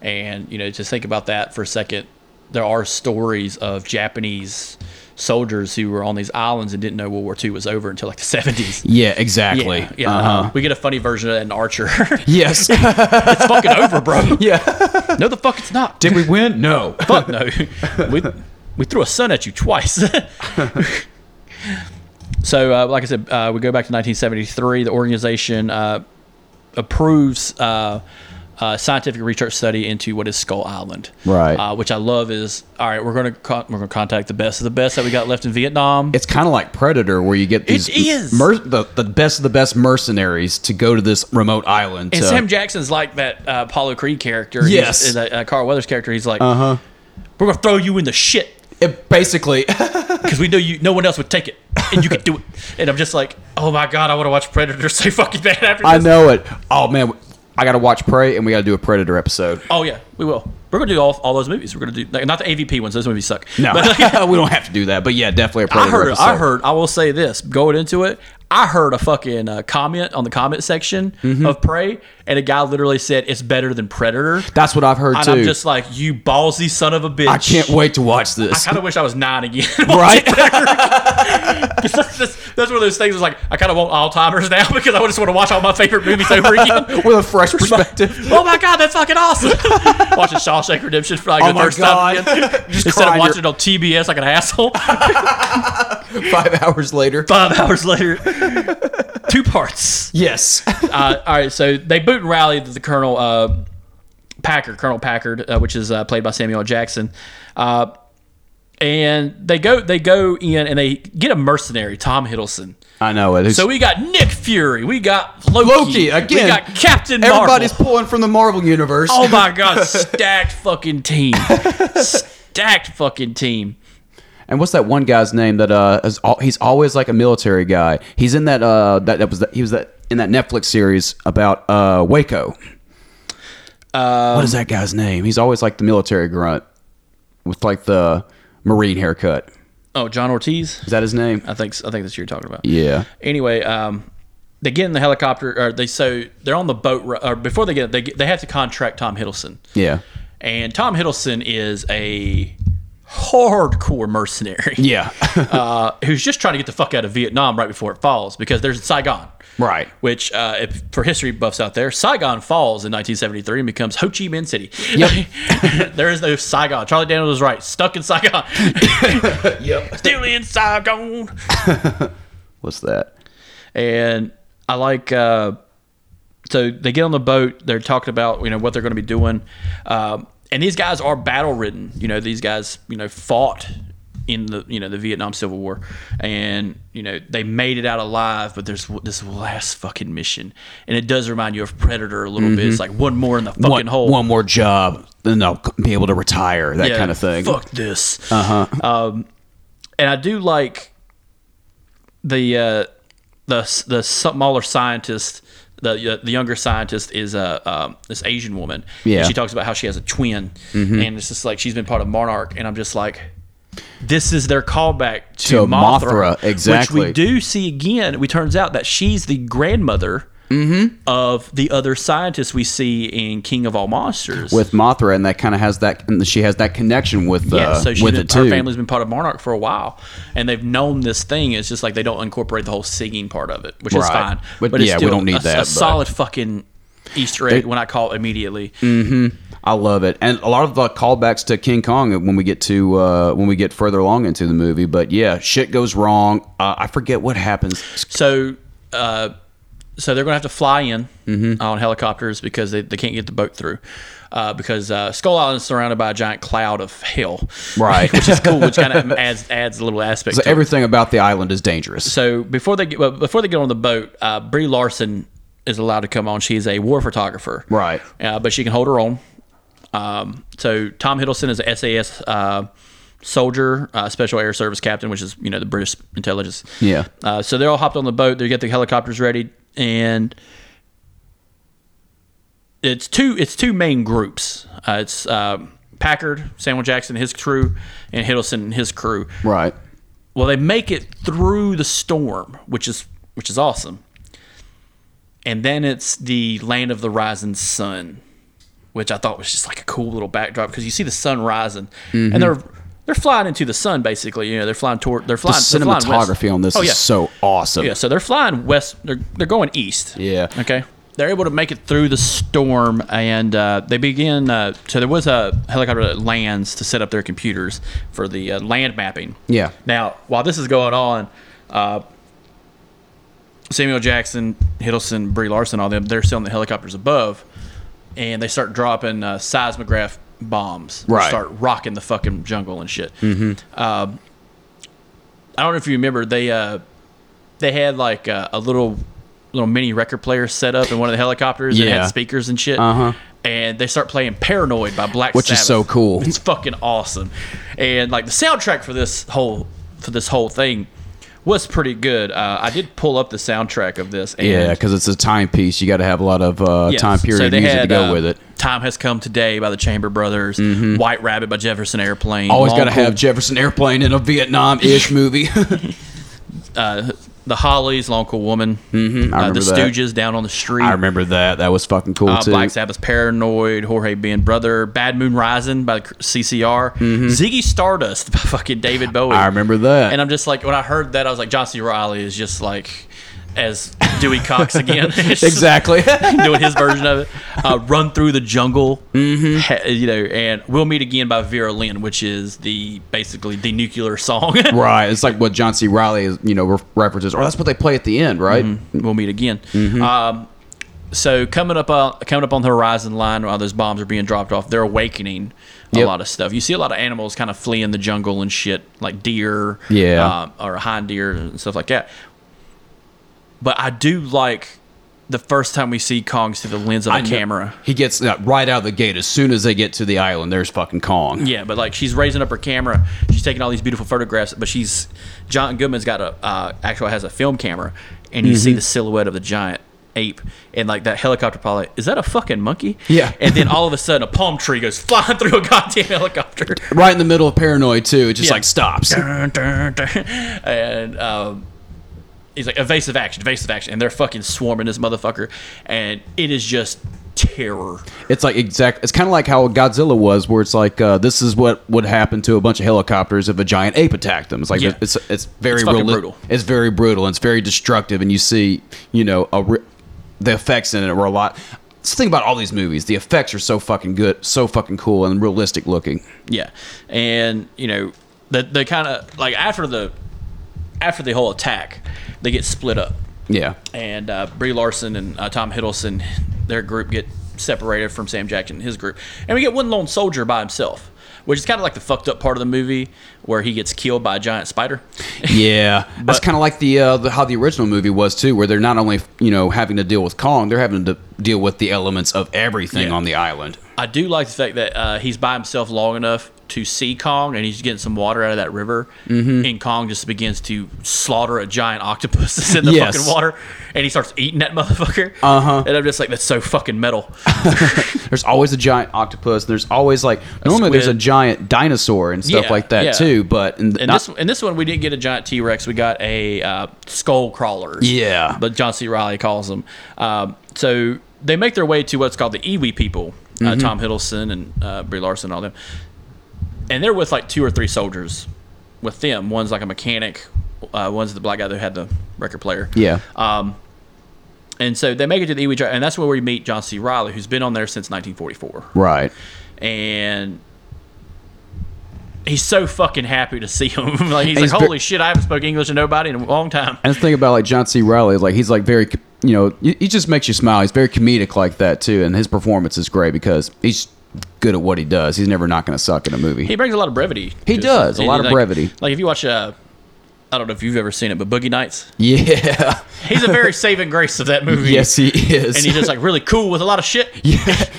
and you know, just think about that for a second. There are stories of Japanese soldiers who were on these islands and didn't know World War II was over until like the seventies.
Yeah, exactly.
Yeah, yeah.
Uh-huh.
We get a funny version of an Archer. it's
Yes.
fucking over, bro.
yeah.
No, the fuck, it's not.
Did we win? No.
Fuck no. we, we threw a sun at you twice. so, uh, like I said, uh, we go back to 1973. The organization uh, approves uh, a scientific research study into what is Skull Island.
Right.
Uh, which I love is all right. We're gonna con- we're gonna contact the best of the best that we got left in Vietnam.
It's kind of like Predator, where you get these
is.
mer- the, the best of the best mercenaries to go to this remote island.
and
to-
Sam Jackson's like that uh, Apollo Creed character. He's-
Yes. Uh-huh.
uh, uh, Carl Weathers character. He's like, uh huh. We're gonna throw you in the shit
it basically,
because we know you no one else would take it and you could do it and i'm just like oh my god i want to watch predator so fucking bad after this
I know it. Oh man, I gotta watch Prey, and we gotta do a Predator episode.
oh yeah we will we're gonna do all, all those movies we're gonna do like, not the avp ones those movies suck
No,
But, like,
we don't have to do that. But yeah, definitely a
i
Predator
heard
episode.
i heard i will say this going into it i heard a fucking uh, comment on the comment section
Mm-hmm.
of prey and a guy literally said it's better than predator
That's what I've heard
and
too.
i'm just like you ballsy son of a bitch
I can't wait to watch
I
this.
kind of wish I was nine again.
Right?
that's, that's, that's one of those things. Is like I kind of want Alzheimer's now because I just want to watch all my favorite movies over again.
With a fresh perspective.
oh my god, that's fucking awesome! Watching Shawshank Redemption for like
Oh
the
my
first
God.
time again.
Just
instead of
crying
watching it on TBS like an asshole.
Five hours later.
Five hours later, two parts.
Yes.
Uh, all right, so they boot and rally the, the Colonel uh, Packard, Colonel Packard, uh, which is uh, played by Samuel L. Jackson. Uh, and they go, they go in, and they get a mercenary, Tom Hiddleston.
I know it.
So we got Nick Fury, we got Loki,
Loki again.
we got Captain Marvel.
Everybody's pulling from the Marvel universe.
Oh my god, stacked fucking team. stacked fucking team.
And what's that one guy's name that uh is al- he's always like a military guy. He's in that uh that, that was that he was that in that Netflix series about uh Waco.
Um,
what is that guy's name? He's always like the military grunt with like the marine haircut.
Oh, John Ortiz.
Is that his name?
I think I think that's who you're talking about.
Yeah.
Anyway, um, they get in the helicopter, or they so they're on the boat, ri- or before they get, they get, they have to contract Tom Hiddleston,
Yeah.
and Tom Hiddleston is a hardcore mercenary.
Yeah.
uh, who's just trying to get the fuck out of Vietnam right before it falls because there's Saigon.
Right.
Which, uh, if, for history buffs out there, Saigon falls in 1973 and becomes Ho Chi Minh City. there is no Saigon. Charlie Daniels was right. Stuck in Saigon. yep. Still in Saigon.
what's that?
And I like. Uh, so they get on the boat. They're talking about you know what they're going to be doing, um, and these guys are battle ridden. You know these guys you know fought in the you know the Vietnam Civil War, and you know they made it out alive. But there's w- this last fucking mission, and it does remind you of Predator a little bit. It's like one more in the fucking
One,
hole,
one more job, then I'll be able to retire, that
Yeah,
kind of thing. Uh-huh.
Fuck this. Uh huh. Um, and I do like the uh, the the smaller scientist. The, the younger scientist is a um, this Asian woman. And
Yeah. Mm-hmm.
she talks about how she has a twin, and it's just like she's been part of Monarch, and I'm just like, this is their callback to,
To Mothra,
Mothra, Which
exactly.
we do see again. It turns out that she's the grandmother
Mm-hmm.
of the other scientist we see in King of All Monsters
With Mothra and that kind of has that and she has that connection with uh,
yeah, so she
with
did-
it too.
her family's been part of Monarch for a while, and they've known this thing. It's just like they don't incorporate the whole singing part of it, which is
Right.
fine.
But
it's
yeah, we
still
don't need
a,
that,
A
but-
solid fucking Easter egg when I call it immediately.
Mm. I love it, and a lot of the callbacks to King Kong when we get to uh, when we get further along into the movie. But yeah, shit goes wrong. Uh, I forget what happens.
So, uh, so they're gonna have to fly in
Mm-hmm.
on helicopters because they, they can't get the boat through. Uh, because uh, Skull Island is surrounded by a giant cloud of hell,
Right.
which is cool, which kind of adds adds a little aspect.
So
to it.
everything about the island is dangerous.
So before they get well, before they get on the boat, uh, Brie Larson is allowed to come on. She's a war photographer,
Right.
Uh, but she can hold her own. Um, so Tom Hiddleston is a SAS uh, soldier, uh, Special Air Service captain, which is you know the British intelligence.
Yeah.
Uh, so they're all hopped on the boat. They get the helicopters ready, and it's two it's two main groups. Uh, it's um Packard, Samuel Jackson, his crew, and Hiddleston and his crew.
Right.
Well, they make it through the storm, which is which is awesome. And then it's the land of the rising sun, which I thought was just like a cool little backdrop because you see the sun rising,
Mm-hmm.
and they're they're flying into the sun basically. You know, they're flying toward they're
The
flying they're flying west.
cinematography on this
Oh,
is
yeah.
so awesome.
Yeah, so they're flying west. They're they're going east.
Yeah.
Okay. They're able to make it through the storm, and uh, they begin. Uh, so there was a helicopter that lands to set up their computers for the uh, land mapping.
Yeah.
Now, while this is going on, uh, Samuel Jackson, Hiddleston, Brie Larson, all them, they're still in the helicopters above, and they start dropping uh, seismograph bombs. They
Right.
Start rocking the fucking jungle and shit. Mm-hmm. I don't know if you remember they uh, they had like uh, a, a little little mini record player set up in one of the helicopters. and It
Yeah.
had speakers and shit.
Uh-huh.
And they start playing "Paranoid" by Black
Which is so
Sabbath.
cool.
It's fucking awesome. And like the soundtrack for this whole for this whole thing was pretty good. Uh, I did pull up the soundtrack of this. And
Yeah, because it's a timepiece. You got to have a lot of uh,
Yes.
time period
So they
music to
had,
go
uh,
with it. Mm-hmm.
Time has come today by the Chamber Brothers. White Rabbit by Jefferson Airplane.
Always
Long
got to
Cool
have Jefferson Airplane in a Vietnam-ish movie.
uh, the Hollies, Long Cool Woman. Mm-hmm,
I
uh,
remember
the
that.
Stooges, Down on the Street.
I remember that. That was fucking cool
uh,
too.
Black Sabbath's Paranoid, Jorge Ben Brother, Bad Moon Rising by the CCR, Ziggy Stardust by fucking David Bowie.
Mm-hmm. I remember that.
And I'm just like, when I heard that, I was like, John C. Riley is just like as Dewey Cox again. It's just
exactly.
Doing his version of it. Uh, Run Through the Jungle, mm-hmm. you know, and We'll Meet Again by Vera Lynn, which is the basically the nuclear song.
right. It's like what John C. Riley is, you know, re- references, or that's what they play at the end, right?
we'll meet again.
Mm-hmm.
Um, so coming up, uh, coming up on the horizon line while those bombs are being dropped off, they're awakening a
Yep.
lot of stuff. You see a lot of animals kind of fleeing the jungle and shit, like deer,
Yeah.
um, or hind deer and stuff like that. But I do like the first time we see Kongs through the lens of a
know.
camera.
He gets uh, right out of the gate as soon as they get to the island. There's fucking Kong.
Yeah, but like she's raising up her camera, she's taking all these beautiful photographs. But she's John Goodman's got a uh, actually has a film camera, and you see the silhouette of the giant ape, and like that helicopter pilot. Is that a fucking monkey?
Yeah.
And then all of a sudden, a palm tree goes flying through a goddamn helicopter.
Right in the middle of Paranoid too. It just
Yeah.
like stops.
Dun, dun, dun. and um, he's like evasive action, evasive action, and they're fucking swarming this motherfucker, and it is just terror.
It's like exact. It's kind of like how Godzilla was, where it's like uh, this is what would happen to a bunch of helicopters if a giant ape attacked them. It's like
Yeah.
it's it's very
It's fucking
reali-
brutal.
It's very brutal and it's very destructive, and you see you know a re- the effects in it were a lot. It's the thing about all these movies. The effects are so fucking good, so fucking cool, and realistic looking.
Yeah, and you know the the kind of like after the after the whole attack, they get split up,
Yeah,
and uh, Brie Larson and uh, Tom Hiddleston, their group get separated from Sam Jackson and his group, and we get one lone soldier by himself, which is kind of like the fucked up part of the movie where he gets killed by a giant spider.
yeah. That's kind of like the, uh, the how the original movie was too, where they're not only you know having to deal with Kong, they're having to deal with the elements of everything
Yeah.
on the island.
I do like the fact that uh, he's by himself long enough to see Kong, and he's getting some water out of that river.
Mm-hmm.
And Kong just begins to slaughter a giant octopus that's in the
Yes. Uh-huh.
fucking water, and he starts eating that motherfucker. Uh huh. And I'm just like, that's so fucking metal.
There's always a giant octopus. and There's always like normally there's a
squid.
giant dinosaur and stuff
Yeah,
like that
yeah.
too. But in,
And
not-
this and this one we didn't get a giant T Rex. We got a uh, skull crawler.
Yeah.
but John C. Riley calls them. Um, so they make their way to what's called the Iwi people.
Mm-hmm.
Uh, Tom Hiddleston and uh, Brie Larson, and all them, and they're with like two or three soldiers with them. One's like a mechanic. Uh, one's the black guy that had the record player.
yeah,
uh, And so they make it to the Iwi, tribe, and that's where we meet John C. Riley, who's been on there since 1944
right.
and he's so fucking happy to see him. like he's,
he's
like,
ve-
holy shit, I haven't spoken English to nobody in a long time.
And the thing about like John C. Riley, like he's like very you know he he just makes you smile. He's very comedic like that too, and his performance is great because he's good at what he does. He's never not going to suck in a movie.
He brings a lot of brevity.
He
to it.
does, a lot of
like-
brevity.
Like if you watch, uh, I don't know if you've ever seen it, but Boogie Nights,
yeah,
he's a very saving grace of that movie.
yes, he is.
and he's just like really cool with a lot of shit.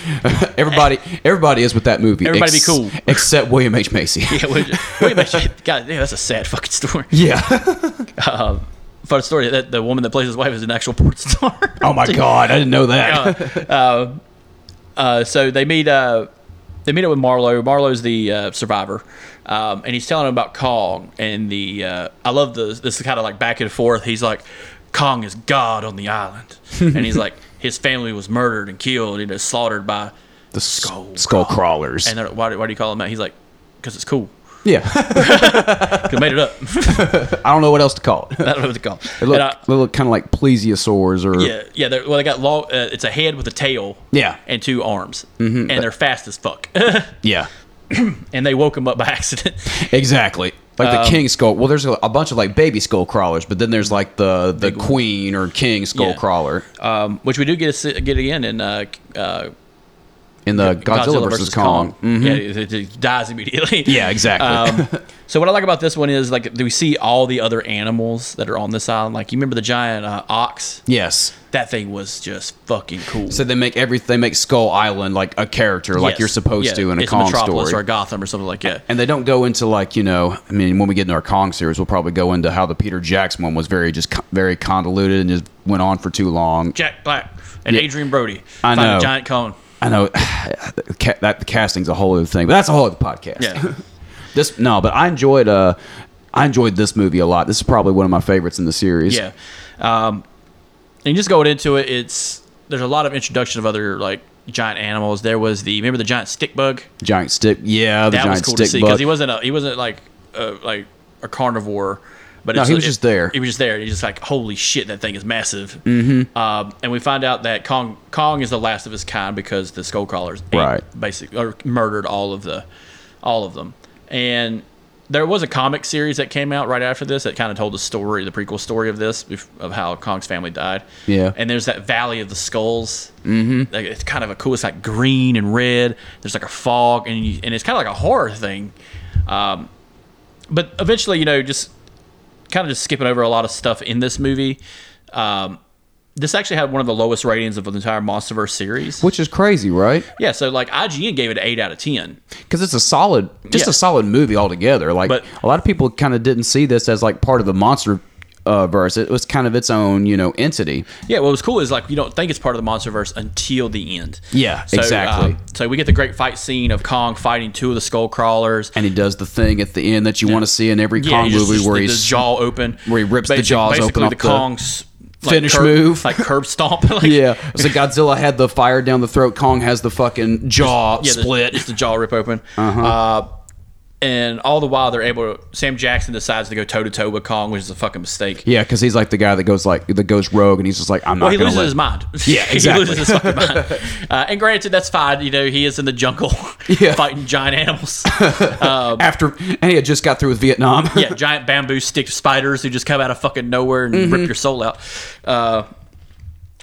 everybody, everybody is with that movie.
Everybody be cool.
except William H Macy.
Yeah, wait, wait a minute. God damn, that's a sad fucking story.
yeah.
Uh, fun story that the woman that plays his wife is an actual porn star.
Oh my god, I didn't know that.
uh, uh, so they meet uh, they meet up with Marlowe. Marlowe's the uh, survivor, um, and he's telling him about Kong. And the uh, I love the this is kind of like back and forth. He's like, Kong is God on the island, and he's like, his family was murdered and killed, you know, slaughtered by.
The skull, skull
Skull
crawlers.
And they're like, why, do- why do you call him that? He's like, because it's cool.
yeah,
'Cause I made it up.
I don't know what else to call it.
I don't know what to call.
They look, they look kind of like plesiosaurs or
Yeah, yeah. They're, well, they got long. Uh, it's a head with a tail.
Yeah. Mm-hmm.
and two arms, and they're fast as fuck.
Yeah.
and they woke him up by accident.
exactly. Like
Um,
the king skull. Well, there's a, a bunch of like baby skull crawlers, but then there's like the the queen or king skull
Yeah.
crawler
um, which we do get to see- get again in uh, uh,
in the Godzilla, versus, Kong. Mm.
Yeah, it, it- it dies immediately.
Yeah, exactly.
Um, so what I like about this one is like we see all the other animals that are on this island. Like you remember the giant uh, ox?
Yes.
That thing was just fucking cool.
So they make every they make Skull Island like a character, like
Yes.
you're supposed
Yeah,
to in a
it's
Kong
Metropolis
story.
or a Gotham or something like that.
and they don't go into like you know, I mean, when we get into our Kong series, we'll probably go into how the Peter Jackson one was very just co- very convoluted and just went on for too long.
Jack Black and
Yeah.
Adrian Brody.
I
Find
know.
a giant cone.
I know the ca- that the casting's a whole other thing, but that's a whole other podcast.
Yeah.
this no, but I enjoyed uh I enjoyed this movie a lot. This is probably one of my favorites in the series.
Yeah. Um, and just going into it, it's there's a lot of introduction of other like giant animals. There was the remember the giant stick bug.
Giant stick. Yeah, the
That
giant
was cool
stick
to see
bug.
because he wasn't a, he wasn't like a, like a carnivore. But
No,
it's-
he was just there.
He was just there. And he's just like, holy shit, that thing is massive. Mm-hmm. Um, and we find out that Kong Kong is the last of his kind because the Skullcrawlers ate
Right.
basically or murdered all of the all of them. And there was a comic series that came out right after this that kind of told the story, the prequel story of this, bef- of how Kong's family died.
Yeah.
And there's that Valley of the Skulls. Mm-hmm. Like, it's kind of a cool. It's like green and red. There's like a fog, and you, and it's kind of like a horror thing. Um, but eventually, you know, just kind of just skipping over a lot of stuff in this movie. Um, this actually had one of the lowest ratings of the entire MonsterVerse series.
which is crazy, right?
Yeah, so like IGN gave it an eight out of ten.
Because it's a solid, just
Yeah.
a solid movie altogether. Like
But-
a lot of people kind of didn't see this as like part of the monster uh, verse. It was kind of its own, you know, entity.
Yeah, what was cool is like you don't think it's part of the MonsterVerse until the end.
Yeah, exactly.
um, so we get the great fight scene of Kong fighting two of the Skull Crawlers.
And he does the thing at the end that you want to see in every Kong
he just-
movie
just
where
the,
he's
the jaw open,
where he rips the
Basic-
jaws open
basically
off
the
the
Kong's like,
finish
curb-
move.
like curb stomp. like,
yeah. So Godzilla had the fire down the throat. Kong has the fucking jaw
yeah, the-
split.
just the jaw rip open. Uh-huh. and all the while, they're able. to... Sam Jackson decides to go toe to toe with Kong, which is a fucking mistake.
Yeah, because he's like the guy that goes like that goes rogue, and he's just like, I'm not.
Well, he
gonna
loses
let-
his mind.
Yeah, exactly.
he loses his fucking mind. Uh, and granted, that's fine. You know, he is in the jungle
Yeah.
fighting giant animals.
after, and he had just got through with Vietnam.
yeah, giant bamboo stick spiders who just come out of fucking nowhere and rip your soul out. Uh,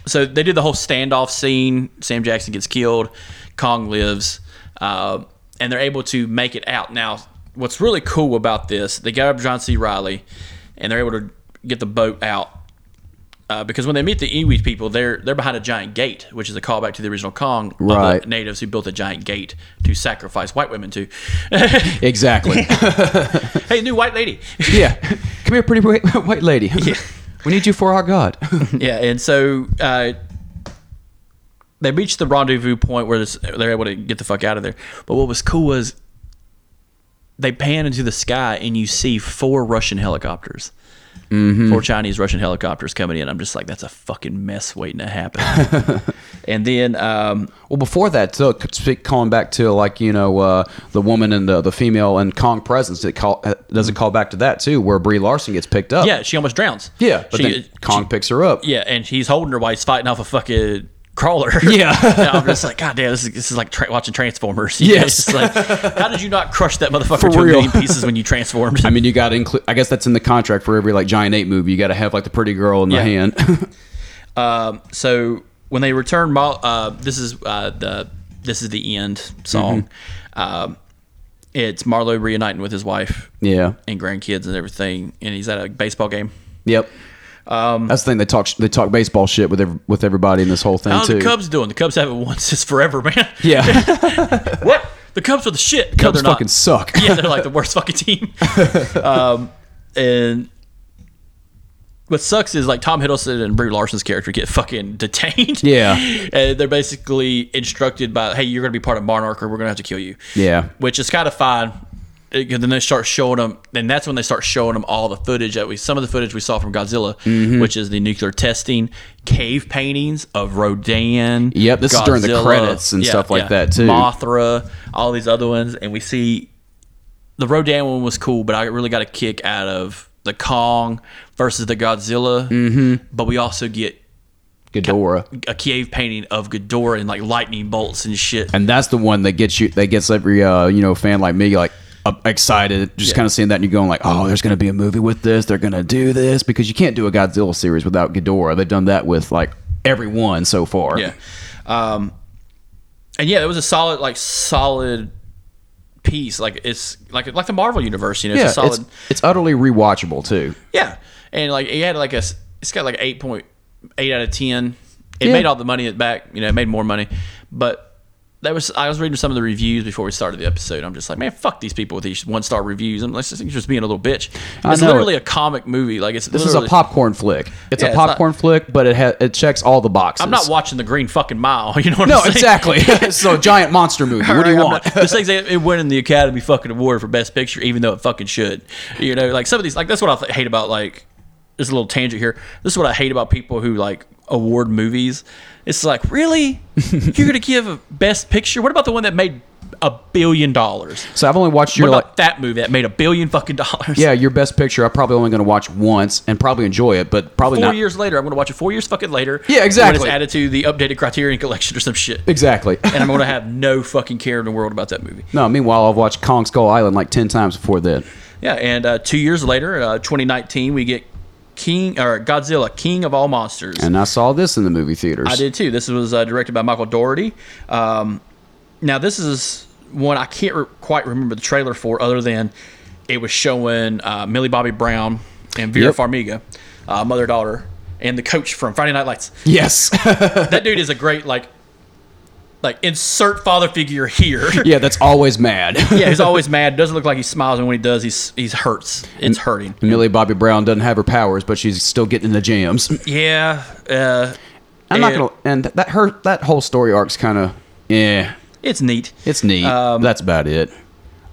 so they do the whole standoff scene. Sam Jackson gets killed. Kong lives, uh, and they're able to make it out. Now, what's really cool about this, they got up John C. Riley, and they're able to get the boat out. Uh, because when they meet the Inuit people, they're they're behind a giant gate, which is a callback to the original Kong, of the
Right.
natives who built a giant gate to sacrifice white women to.
exactly.
hey, new white lady.
yeah, come here, pretty white, white lady. we need you for our god.
Yeah, and so uh, they reached the rendezvous point where this, they're able to get the fuck out of there. But what was cool was they pan into the sky and you see four Russian helicopters,
Mm-hmm.
four Chinese Russian helicopters coming in. I'm just like, that's a fucking mess waiting to happen. and then um,
well, before that, so c- speak calling back to like you know uh, the woman and the the female and Kong presence. It call uh, does it call back to that too, where Brie Larson gets picked up.
yeah, she almost drowns.
yeah. But
she,
then Kong picks her up.
yeah, and he's holding her while he's fighting off a fucking crawler.
Yeah.
And I'm just like, God damn, this is, this is like tra- watching Transformers. You know,
Yes.
it's like, how did you not crush that motherfucker to a
real.
million pieces when you transformed?
I mean, you got to include. I guess that's in the contract for every like giant ape movie. You got to have like the pretty girl in the
Yeah.
hand.
um, so when they return, Mal- uh, this is uh, the this is the end song.
Mm-hmm.
Um, it's Marlo reuniting with his wife
yeah.
and grandkids and everything, and he's at a baseball game.
Yep.
Um,
That's the thing they talk. They talk baseball shit with every, with everybody in this whole thing
How
too.
the Cubs doing? The Cubs haven't won since forever, man.
Yeah,
what? The Cubs are the shit. No,
Cubs
they're not.
fucking suck.
yeah, they're like the worst fucking team. um, and what sucks is like Tom Hiddleston and Brie Larson's character get fucking detained.
Yeah.
and they're basically instructed by, "Hey, you're going to be part of Monarch, or we're going to have to kill you."
Yeah.
which is kind of fine. It- 'cause Then they start showing them, and that's when they start showing them all the footage that we, some of the footage we saw from Godzilla,
Mm-hmm.
which is the nuclear testing, cave paintings of Rodan.
Yep, this is during the
Godzilla,
credits and stuff like that, too.
Mothra, all these other ones, and we see the Rodan one was cool, but I really got a kick out of the Kong versus the Godzilla. Mm-hmm. But we also get
Ghidorah.
a cave painting of Ghidorah and like lightning bolts and shit.
and that's the one that gets you that gets every uh, you know fan like me like up excited just kind of seeing that and you're going like oh there's going to be a movie with this they're going to do this because you can't do a godzilla series without Ghidorah. they've done that with like every one so far
Yeah. Um, and yeah, it was a solid, like solid piece. Like it's like like the Marvel universe, you know,
yeah
it's a
it's,
solid.
it's utterly rewatchable too
yeah, and like it had like a, s- it's got like eight point eight out of ten. It
Yeah.
made all the money it back, you know, it made more money, but. That was I was reading some of the reviews before we started the episode. I'm just like, man, fuck these people with these one star reviews. I'm like, just, just being a little bitch.
I
It's
know.
literally a comic movie. Like it's
this is a
literally-
popcorn flick it's
Yeah,
a
it's not-
popcorn flick but it ha- it checks all the boxes
I'm not watching the Green fucking Mile. You know what
no
I'm saying?
exactly so giant monster movie what do you
Like, I'm
want
not- this thing's it winning the Academy fucking award for best picture, even though it fucking should. You know, like some of these, like that's what I th- hate about like. This is a little tangent here. This is what I hate about people who like award movies. It's like, really, you're gonna give a best picture? What about the one that made a billion dollars?
so i've only watched your
What
like
about that movie that made a billion fucking dollars?
yeah your best picture i'm probably only going to watch once and probably enjoy it but probably
Four
not
years later, I'm gonna watch it. Four years fucking later.
Yeah,
When
exactly.
it's added to the updated Criterion collection or some shit,
exactly
and I'm gonna have no fucking care in the world about that movie.
No, meanwhile, I've watched Kong Skull Island like 10 times before then.
Yeah, and uh, two years later, uh, 2019, we get King or Godzilla, King of All Monsters.
And I saw this in the movie theaters.
I did too. This was uh, directed by Michael Doherty. Um, now this is one I can't re- quite remember the trailer for, other than it was showing uh, Millie Bobby Brown and Vera
Yep.
Farmiga, uh, mother daughter, and the coach from Friday Night Lights.
Yes.
that dude is a great like, like insert father figure here.
yeah, that's always mad.
yeah, he's always mad. Doesn't look like he smiles, and when he does, he's he's hurts. It's hurting.
Millie Bobby Brown doesn't have her powers, but she's still getting in the jams.
Yeah. Uh,
I'm not
Yeah.
gonna. And that her that whole story arc's eh. kind of yeah.
It's neat.
It's neat.
Um,
That's about it.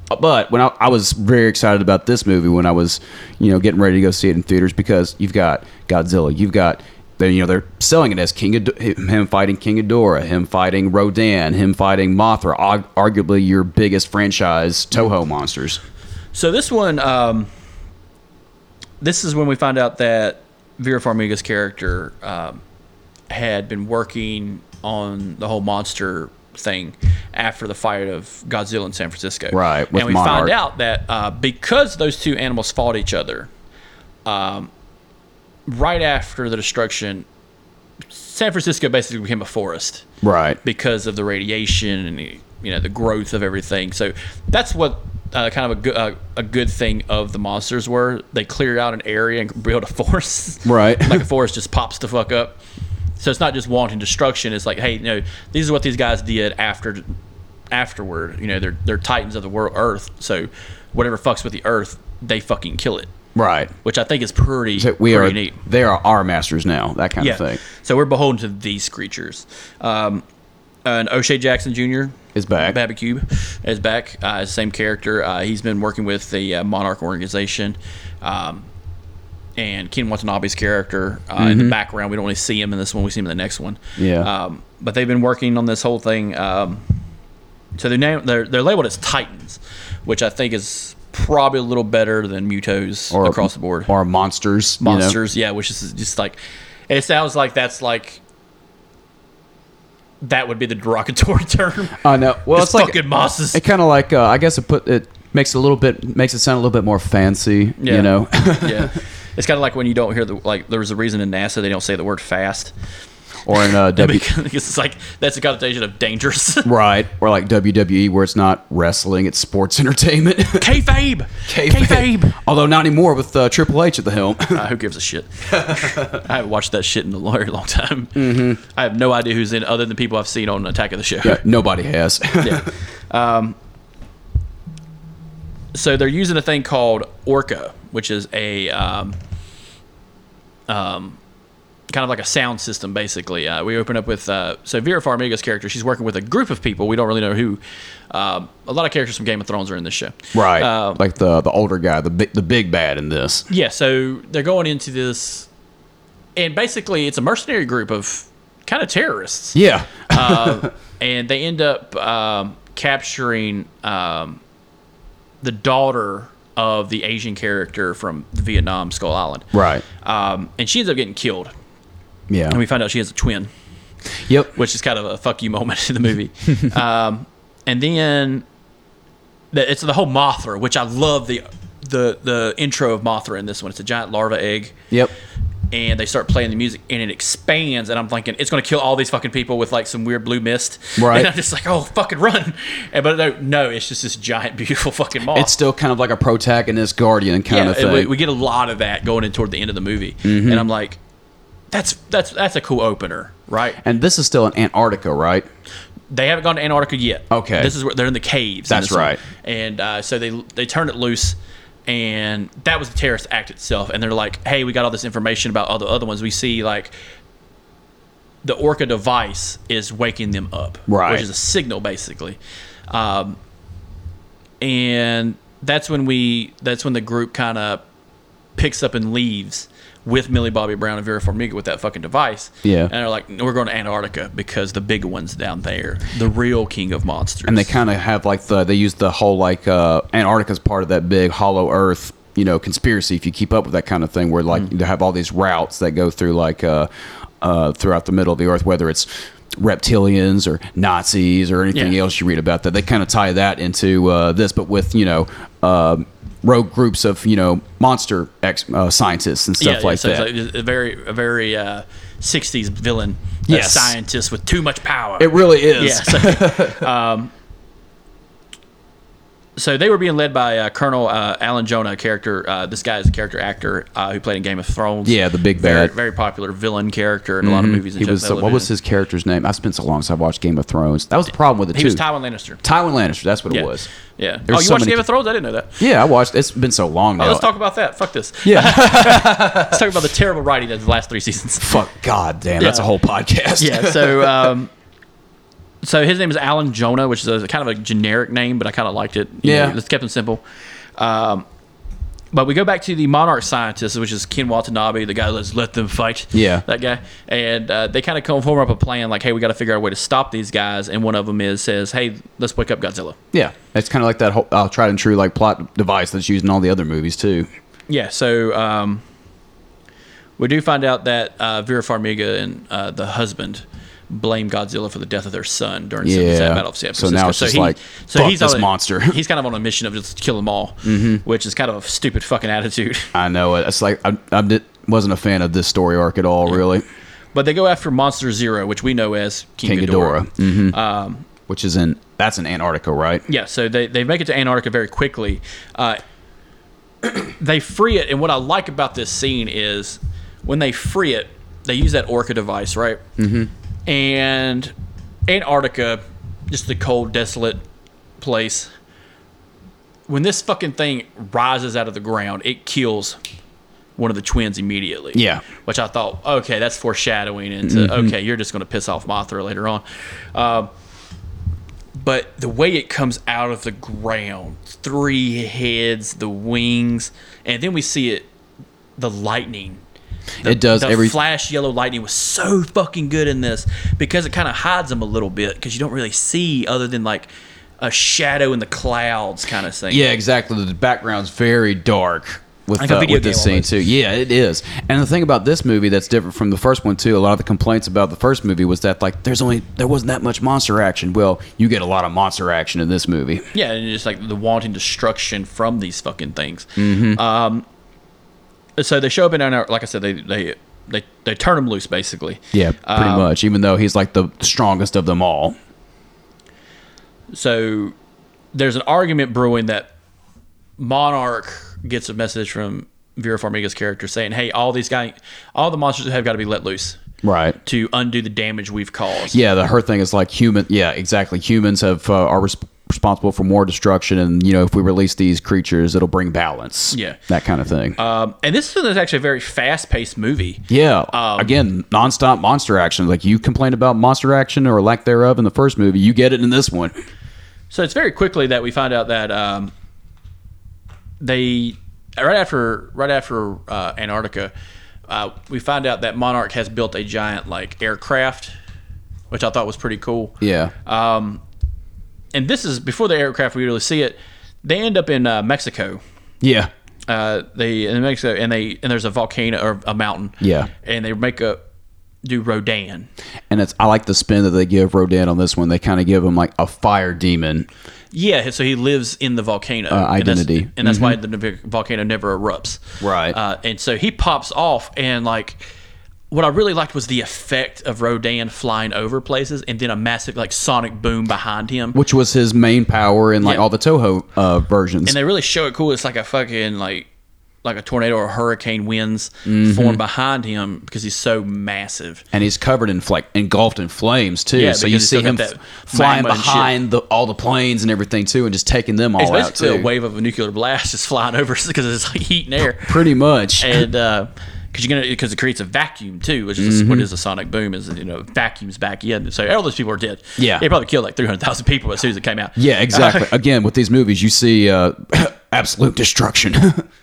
Uh, But when I, I was very excited about this movie when I was, you know, getting ready to go see it in theaters because you've got Godzilla, you've got they you know they're selling it as King Ghid- him fighting King Ghidorah, him fighting Rodan, him fighting Mothra, arg- arguably your biggest franchise
Mm.
Toho monsters.
So this one, um, this is when we find out that Vera Farmiga's character um, had been working on the whole monster thing after the fight of Godzilla in San Francisco.
Right, with
and we
Monarch.
find out that uh, because those two animals fought each other, um, right after the destruction, San Francisco basically became a forest.
Right.
because of the radiation and you know the growth of everything. So that's what uh, kind of a good uh, a good thing of the monsters were. They clear out an area and build a forest.
Right.
like a forest just pops the fuck up. So it's not just wanting destruction. It's like, hey, you know, these are what these guys did after afterward. You know, they're they're titans of the world Earth. So whatever fucks with the Earth, they fucking kill it.
Right.
Which I think is pretty
So we
pretty
are
neat.
they are our masters now. That kind
Yeah.
of thing
So we're beholden to these creatures. Um, and O'Shea Jackson Jr.
is back.
Babby Cube is back. Uh, is the same character. Uh, he's been working with the uh, Monarch organization. Um, and Ken Watanabe's character uh, in the background. We don't really see him in this one. We see him in the next one.
Mm-hmm. Yeah.
Um, but they've been working on this whole thing. Um, so they're, name, they're they're labeled as Titans, which I think is probably a little better than Mutos across the board
Or monsters. you know?
monsters. Yeah, which is just like it sounds like that's like that would be the derogatory term.
I know. Well,
Just
it's like
fucking mosses.
It kind of like uh, I guess it put it makes it a little bit makes it sound a little bit more fancy.
Yeah.
You know.
yeah, it's kind of like when you don't hear the like. There was a reason in NASA they don't say the word fast
or in uh, w-
because it's like that's a connotation of dangerous.
right or like WWE where it's not wrestling, it's sports entertainment.
Kayfabe,
Although not anymore with uh, Triple H at the helm.
Uh, who gives a shit? I haven't watched that shit in a very long time. Mm-hmm. I have no idea who's in it other than people I've seen on Attack of the Show.
Nobody has.
yeah. Um, so they're using a thing called Orca, which is a um, kind of like a sound system, basically. Uh, we open up with uh, so Vera Farmiga's character. She's working with a group of people. We don't really know who. Um, a lot of characters from Game of Thrones are in this show.
Right.
Um,
like the the older guy, the big, the big bad in this.
yeah. So they're going into this, and basically it's a mercenary group of kind of terrorists.
Yeah.
and they end up um, capturing um, the daughter of the Asian character from Vietnam, Skull Island.
right.
Um, and she ends up getting killed.
Yeah.
And we find out she has a twin,
yep.
which is kind of a fuck you moment in the movie. um, and then the, it's the whole Mothra, which I love the, the, the intro of Mothra in this one. It's a giant larva egg
Yep.
and they start playing the music and it expands and I'm thinking it's gonna kill all these fucking people with like some weird blue mist.
Right.
And I'm just like, oh fucking run. And but no, no, it's just this giant beautiful fucking moth.
It's still kind of like a protagonist guardian kind
yeah,
of Mm-hmm. thing.
We, we get a lot of that going in toward the end of the movie. And I'm like, that's that's that's a cool opener, right?
and this is still in Antarctica, right?
They haven't gone to Antarctica yet.
Okay.
This is where they're in the caves. in
That's
this one.
right.
And uh, so they they turned it loose. And that was the terrorist act itself. And they're like, hey, we got all this information about all the other ones. We see like the Orca device is waking them up,
Right.
Which is a signal, basically. Um, and that's when we that's when the group kind of picks up and leaves with Millie Bobby Brown and Vera Farmiga with that fucking device.
Yeah.
and they're like, we're going to Antarctica because the big one's down there, the real king of monsters.
And they kind of have like the they use the whole like uh, Antarctica's part of that big Hollow Earth you know conspiracy. If you keep up with that kind of thing, where
Mm.
like they have all these routes that go through like uh, uh, throughout the middle of the Earth, whether it's reptilians or Nazis or anything
Yeah.
else you read about that, they kind of tie that into uh, this, but with you know. um rogue groups of you know monster ex- uh, scientists and stuff like
so
that.
It's like a very a very uh, 60s villain, a
Yes.
scientist with too much power.
it really is.
Yeah. So, um, so they were being led by uh, Colonel uh, Alan Jonah, a character. Uh, this guy is a character actor uh, who played in Game of Thrones.
Yeah, the big
very,
bad. Mm-hmm.
very popular villain character in a lot of movies. And
He was uh, what was his character's name? I spent so long since I watched Game of Thrones. That was the problem with it
He
too.
was Tywin Lannister.
Tywin Lannister. That's what
Yeah.
it was.
Yeah.
There's
oh, you
so
watched
many
Game of Thrones? I didn't know that.
Yeah, I watched. It's been so long now.
Oh, Let's talk about that. Fuck this.
yeah.
Let's talk about the terrible writing of the last three seasons.
Fuck. God damn. That's a
Yeah.
whole podcast.
Yeah. So, um, so his name is Alan Jonah, which is a, kind of a generic name, but I kind of liked it. You
Yeah.
know, let's kept it simple. Um, but we go back to the Monarch scientist, which is Ken Watanabe, the guy that's let them fight.
Yeah.
That guy, and uh, they kind of come form up a plan, like, hey, we got to figure out a way to stop these guys. And one of them is says, hey, let's wake up Godzilla.
yeah. It's kind of like that whole uh, tried and true like plot device that's used in all the other movies too.
Yeah, so um, we do find out that uh, Vera Farmiga and uh, the husband blame Godzilla for the death of their son during the
Yeah.
Battle of San
So
Francisco.
now it's just like, fuck this
on a-
monster.
he's kind of on a mission of just kill them all, mm-hmm. which is kind of a stupid fucking attitude.
I know it. It's like I, I did, wasn't a fan of this story arc at all, really.
But they go after Monster Zero, which we know as King,
King Ghidorah,
Ghidorah.
hmm
Um,
which is in that's in Antarctica, right?
Yeah, so they, they make it to Antarctica very quickly. Uh, they free it, and what I like about this scene is when they free it, they use that orca device, right? Mm-hmm. And Antarctica, just the cold, desolate place. When this fucking thing rises out of the ground, it kills one of the twins immediately.
Yeah.
Which I thought, okay, that's foreshadowing into, okay, you're just going to piss off Mothra later on. Um, but the way it comes out of the ground, three heads, the wings, and then we see it, the lightning.
it does
The
every
flash yellow lightning was so fucking good in this because it kind of hides them a little bit because you don't really see other than like a shadow in the clouds kind of thing.
Yeah, exactly. The background's very dark with,
Like a
uh,
video
with this
game
scene
almost.
too. Yeah, it is. And the thing about this movie that's different from the first one too. A lot of the complaints about the first movie was that like there's only there wasn't that much monster action. Well, you get a lot of monster action in this movie.
Yeah, and just like the wanton destruction from these fucking things.
Mm-hmm.
Um, so they show up in Antar- like I said, they they they, they turn them loose basically.
Yeah, pretty much. Um, Even though he's like the strongest of them all.
So there's an argument brewing that Monarch gets a message from Vera Farmiga's character saying, "Hey, all these guys, all the monsters have got to be let loose
Right.
to undo the damage we've caused."
Yeah, the her thing is like human. Yeah, exactly. Humans have uh, are res- responsible for more destruction, and you know if we release these creatures, it'll bring balance.
Yeah.
that kind of thing.
Um, and this is actually a very fast-paced movie.
yeah,
Um,
again, nonstop monster action. Like you complained about monster action or lack thereof in the first movie, you get it in this one.
So it's very quickly that we find out that um, they right after right after uh, Antarctica, uh, we find out that Monarch has built a giant like aircraft, which I thought was pretty cool.
Yeah,
Uh, And this is before the aircraft we really see it. They end up in uh, Mexico.
yeah,
Uh, they in Mexico and they and there's a volcano or a mountain.
Yeah.
And they make a do Rodan.
and it's I like the spin that they give Rodan on this one. They kind of give him like a fire demon.
Yeah, so he lives in the volcano.
Uh, identity. Mm-hmm.
And that's, and that's why the nev- volcano never erupts.
Right.
Uh, and so he pops off, and like, what I really liked was the effect of Rodan flying over places and then a massive, like, sonic boom behind him.
which was his main power in like
Yeah.
all the Toho uh, versions.
and they really show it cool. It's like a fucking, like, like a tornado or hurricane winds
Mm-hmm.
form behind him because he's so massive.
and he's covered in like engulfed in flames too.
Yeah,
so you
because he's
see
still
him
got
f-
that
flying
magma and shit.
behind the, all the planes and everything too, and just taking them all
It's
out too.
basically a wave of a nuclear blast just flying over because it's like heat and air.
Pretty much.
and because you're gonna because it creates a vacuum too, which is
Mm-hmm.
what is a sonic boom is you know vacuums back in. So all those people are dead.
Yeah.
they probably killed like three hundred thousand people as soon as it came out.
yeah, exactly. Again, with these movies, you see uh, absolute destruction.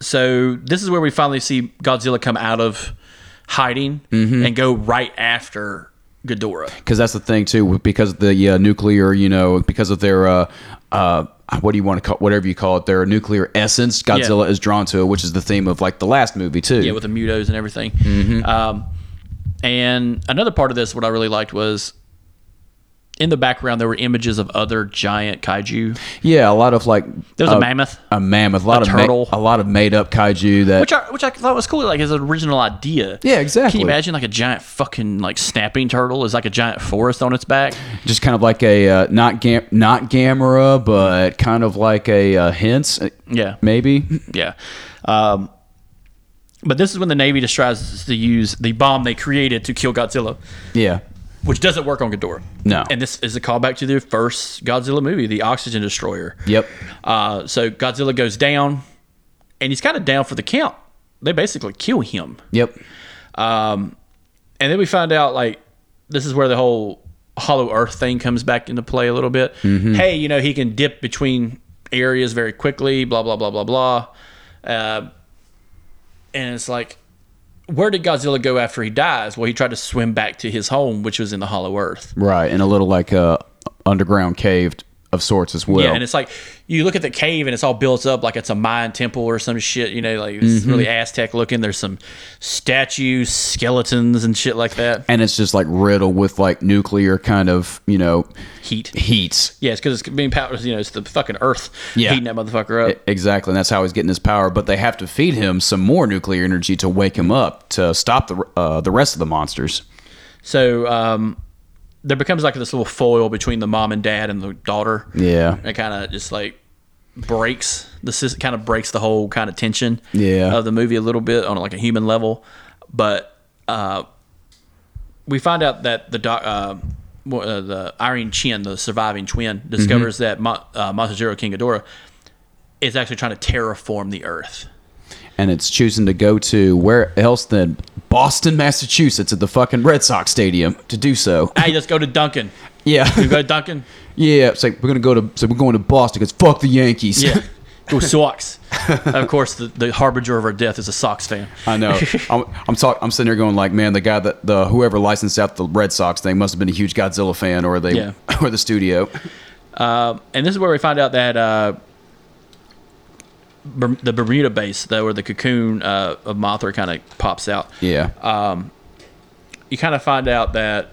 So this is where we finally see Godzilla come out of hiding
Mm-hmm.
and go right after Ghidorah.
because that's the thing too because of the uh, nuclear you know because of their uh, uh, what do you want to call whatever you call it their nuclear essence godzilla is drawn to it which is the theme of like the last movie too
Yeah, with the mutos and everything.
Mm-hmm.
Um, and another part of this, what I really liked was. In the background, there were images of other giant kaiju.
Yeah, a lot of like
There was a mammoth.
a mammoth, a lot of ma-
turtle.
a lot of made up kaiju that
which I which I thought was cool, like his original idea.
Yeah, exactly.
Can you imagine like a giant fucking like snapping turtle is like a giant forest on its back?
just kind of like a uh, not gam- not Gamera, but kind of like a uh, hints uh,
Yeah,
maybe.
yeah. Um, but this is when the Navy decides to use the bomb they created to kill Godzilla,
Yeah,
which doesn't work on Ghidorah.
No.
And this is a callback to the first Godzilla movie, the Oxygen Destroyer.
yep,
Uh, so Godzilla goes down, and he's kind of down for the count. They basically kill him.
yep.
and then we find out like this is where the whole hollow earth thing comes back into play a little bit hey you know he can dip between areas very quickly blah blah blah blah blah uh, and it's like where did godzilla go after he dies well he tried to swim back to his home which was in the hollow earth
Right, and a little like a underground cave of sorts as well.
yeah and it's like you look at the cave and it's all built up like it's a mayan temple or some shit you know like it's really aztec looking there's some statues skeletons and shit like that
And it's just like riddled with like nuclear kind of you know
heat
heats.
Yeah, it's because it's being powered. You know, it's the fucking Earth
Yeah.
heating that motherfucker up.
Exactly, and that's how he's getting his power. But they have to feed him some more nuclear energy to wake him up to stop the uh, the rest of the monsters.
so um, there becomes like this little foil between the mom and dad and the daughter.
Yeah.
it kind of just like breaks the system. Kind of breaks the whole kind of tension.
Yeah.
of the movie a little bit on like a human level, but uh, we find out that the doc. Uh, mo- uh, the Irene Chin, the surviving twin,
Mm-hmm.
discovers that Mo- uh, Masajiro King Ghidorah is actually trying to terraform the Earth.
and it's choosing to go to where else than Boston, Massachusetts, at the fucking Red Sox stadium to do so.
Hey, let's go to Duncan.
Yeah,
You go to Duncan.
yeah. It's like we're gonna go to, so we're going to Boston because fuck the Yankees.
Yeah. Go Sox. of course, the, the harbinger of our death is a Sox fan.
I know. I'm I'm, talk, I'm sitting there going like, man, the guy that the whoever licensed out the Red Sox thing must have been a huge Godzilla fan, or they,
Yeah.
or the studio.
And this is where we find out that uh, Berm- the Bermuda base, though, where the cocoon uh, of Mothra kind of pops out,
Yeah,
Uh, you kind of find out that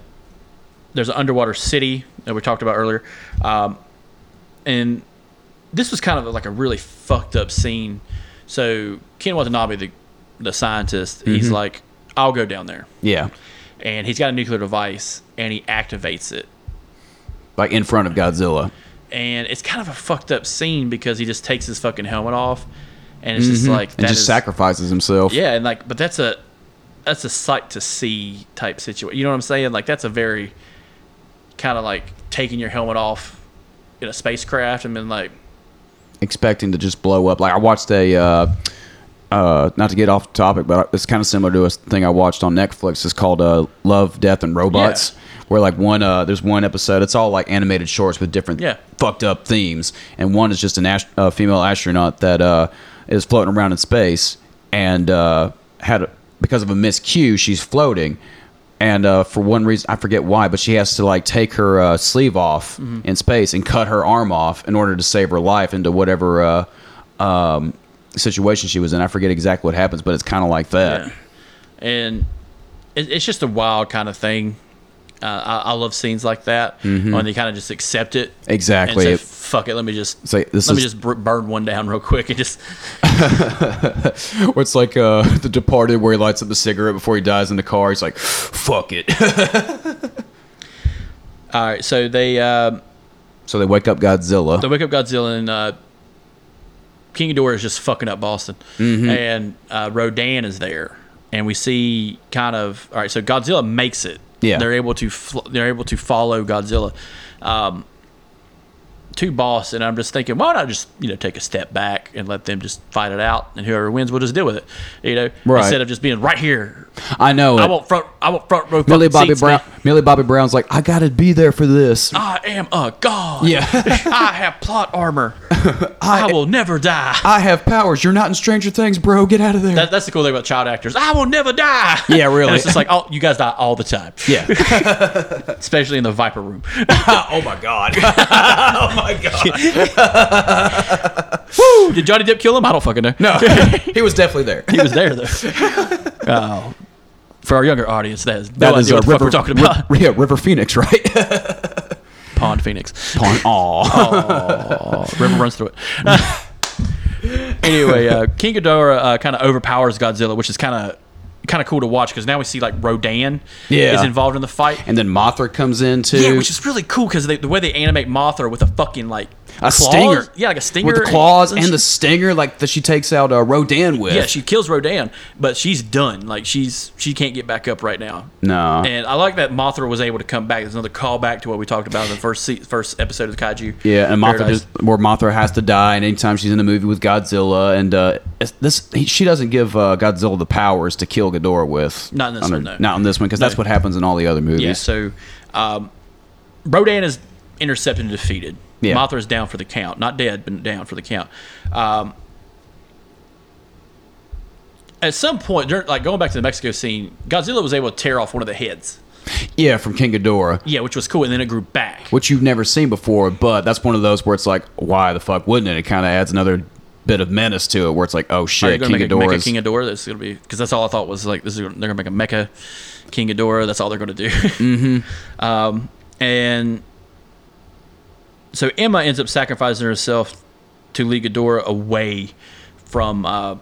there's an underwater city that we talked about earlier. Um, and this was kind of like a really fucked up scene. So Ken Watanabe, the, the scientist,
Mm-hmm.
he's like, I'll go down there.
yeah.
And he's got a nuclear device and he activates it.
Like in front of Godzilla.
and it's kind of a fucked up scene because he just takes his fucking helmet off, and it's just like that
Mm-hmm. And just
is-
sacrifices himself.
Yeah, and like, but that's a that's a sight to see type situation. You know what I'm saying? Like that's a very kind of like taking your helmet off in a spacecraft and been like,
expecting to just blow up. Like I watched a, uh, uh, not to get off topic, but it's kind of similar to a thing I watched on Netflix. It's called uh, Love, Death, and Robots. Where like one, uh, there's one episode. It's all like animated shorts with different
Yeah.
fucked up themes, and one is just an ast- uh, female astronaut that uh, is floating around in space and uh, had a, because of a miscue, she's floating. And uh, for one reason, I forget why, but she has to like take her uh, sleeve off
Mm-hmm.
in space and cut her arm off in order to save her life into whatever uh, um, situation she was in. I forget exactly what happens, but it's kind of like that.
yeah. and it, it's just a wild kind of thing. Uh, I, I love scenes like that when they kind of just accept it.
Mm-hmm. Exactly.
And say, fuck it, let me just
Say, this
let me
is-
just br- burn one down real quick and just
Or it's like uh, The Departed, where he lights up the cigarette before he dies in the car. He's like, "Fuck it."
all right. So they uh,
so they wake up Godzilla.
they wake up Godzilla and uh, King Ghidorah is just fucking up Boston,
Mm-hmm.
and uh, Rodan is there, and we see kind of all right. So Godzilla makes it.
Yeah.
they're able to fl- they're able to follow Godzilla um, to Boston. I'm just thinking, why not just you know take a step back and let them just fight it out, and whoever wins, we'll just deal with it. You know,
Right.
instead of just being right here.
I know.
I
it.
want front. I want front row.
Millie
fucking
Bobby
seats,
Brown.
man. Uh,
Millie Bobby Brown's like, "I gotta be there for this."
I am a god.
Yeah.
I have plot armor. I, will never die.
I have powers. You're not in Stranger Things, bro. Get out of there.
That, that's the cool thing about child actors. I will never die.
Yeah, really.
And it's just like, oh, you guys die all the time.
yeah.
Especially in the Viper room.
oh my god. oh my god.
Woo! Did Johnny Depp kill him? I don't fucking know.
No, he was definitely there.
He was there, though. Oh. For our younger audience, that is no
That is
idea what the
uh,
fuck we're talking about.
Ri- yeah, River Phoenix, right?
Pond Phoenix.
Pawn. Aw.
Oh, river runs through it. Uh, anyway, uh, King Ghidorah uh, kind of overpowers Godzilla, which is kind of kind of cool to watch because now we see like Rodan
Yeah.
is involved in the fight.
And then Mothra comes in too.
Yeah, which is really cool because the way they animate Mothra with a fucking like
a
claws.
stinger.
yeah, like a stinger
With the claws and,
she-
the stinger, like that she takes out uh, Rodan with.
yeah, she kills Rodan, but she's done. Like she's she can't get back up right now.
No.
And I like that Mothra was able to come back. There's another callback to what we talked about in the first se- first episode of Kaiju.
Yeah, and Mothra
Paradise.
just where Mothra has to die, and anytime she's in a movie with Godzilla, and uh, it's- this he, she doesn't give uh, Godzilla the powers to kill Ghidorah with.
Not in this
on
one,
her-
no.
Not in this one, because that's what happens in all the other movies.
Yeah, so um, Rodan is intercepted and defeated.
Yeah.
Mothra is down for the count. Not dead, but down for the count. Um, at some point, during, like going back to the Mexico scene, Godzilla was able to tear off one of the heads.
Yeah, from King Ghidorah,
Yeah, which was cool, and then it grew back.
which you've never seen before, but that's one of those where it's like, why the fuck wouldn't it? It kind of adds another bit of menace to it, where it's like, oh
Are you
shit,
gonna
King
make a, make
Ghidorah.
a
is-
King Ghidorah? That's gonna be because that's all I thought was like this is they're gonna make a Mecha King Ghidorah. That's all they're gonna do. mm-hmm. um, and so Emma ends up sacrificing herself to lead Ghidorah away from uh,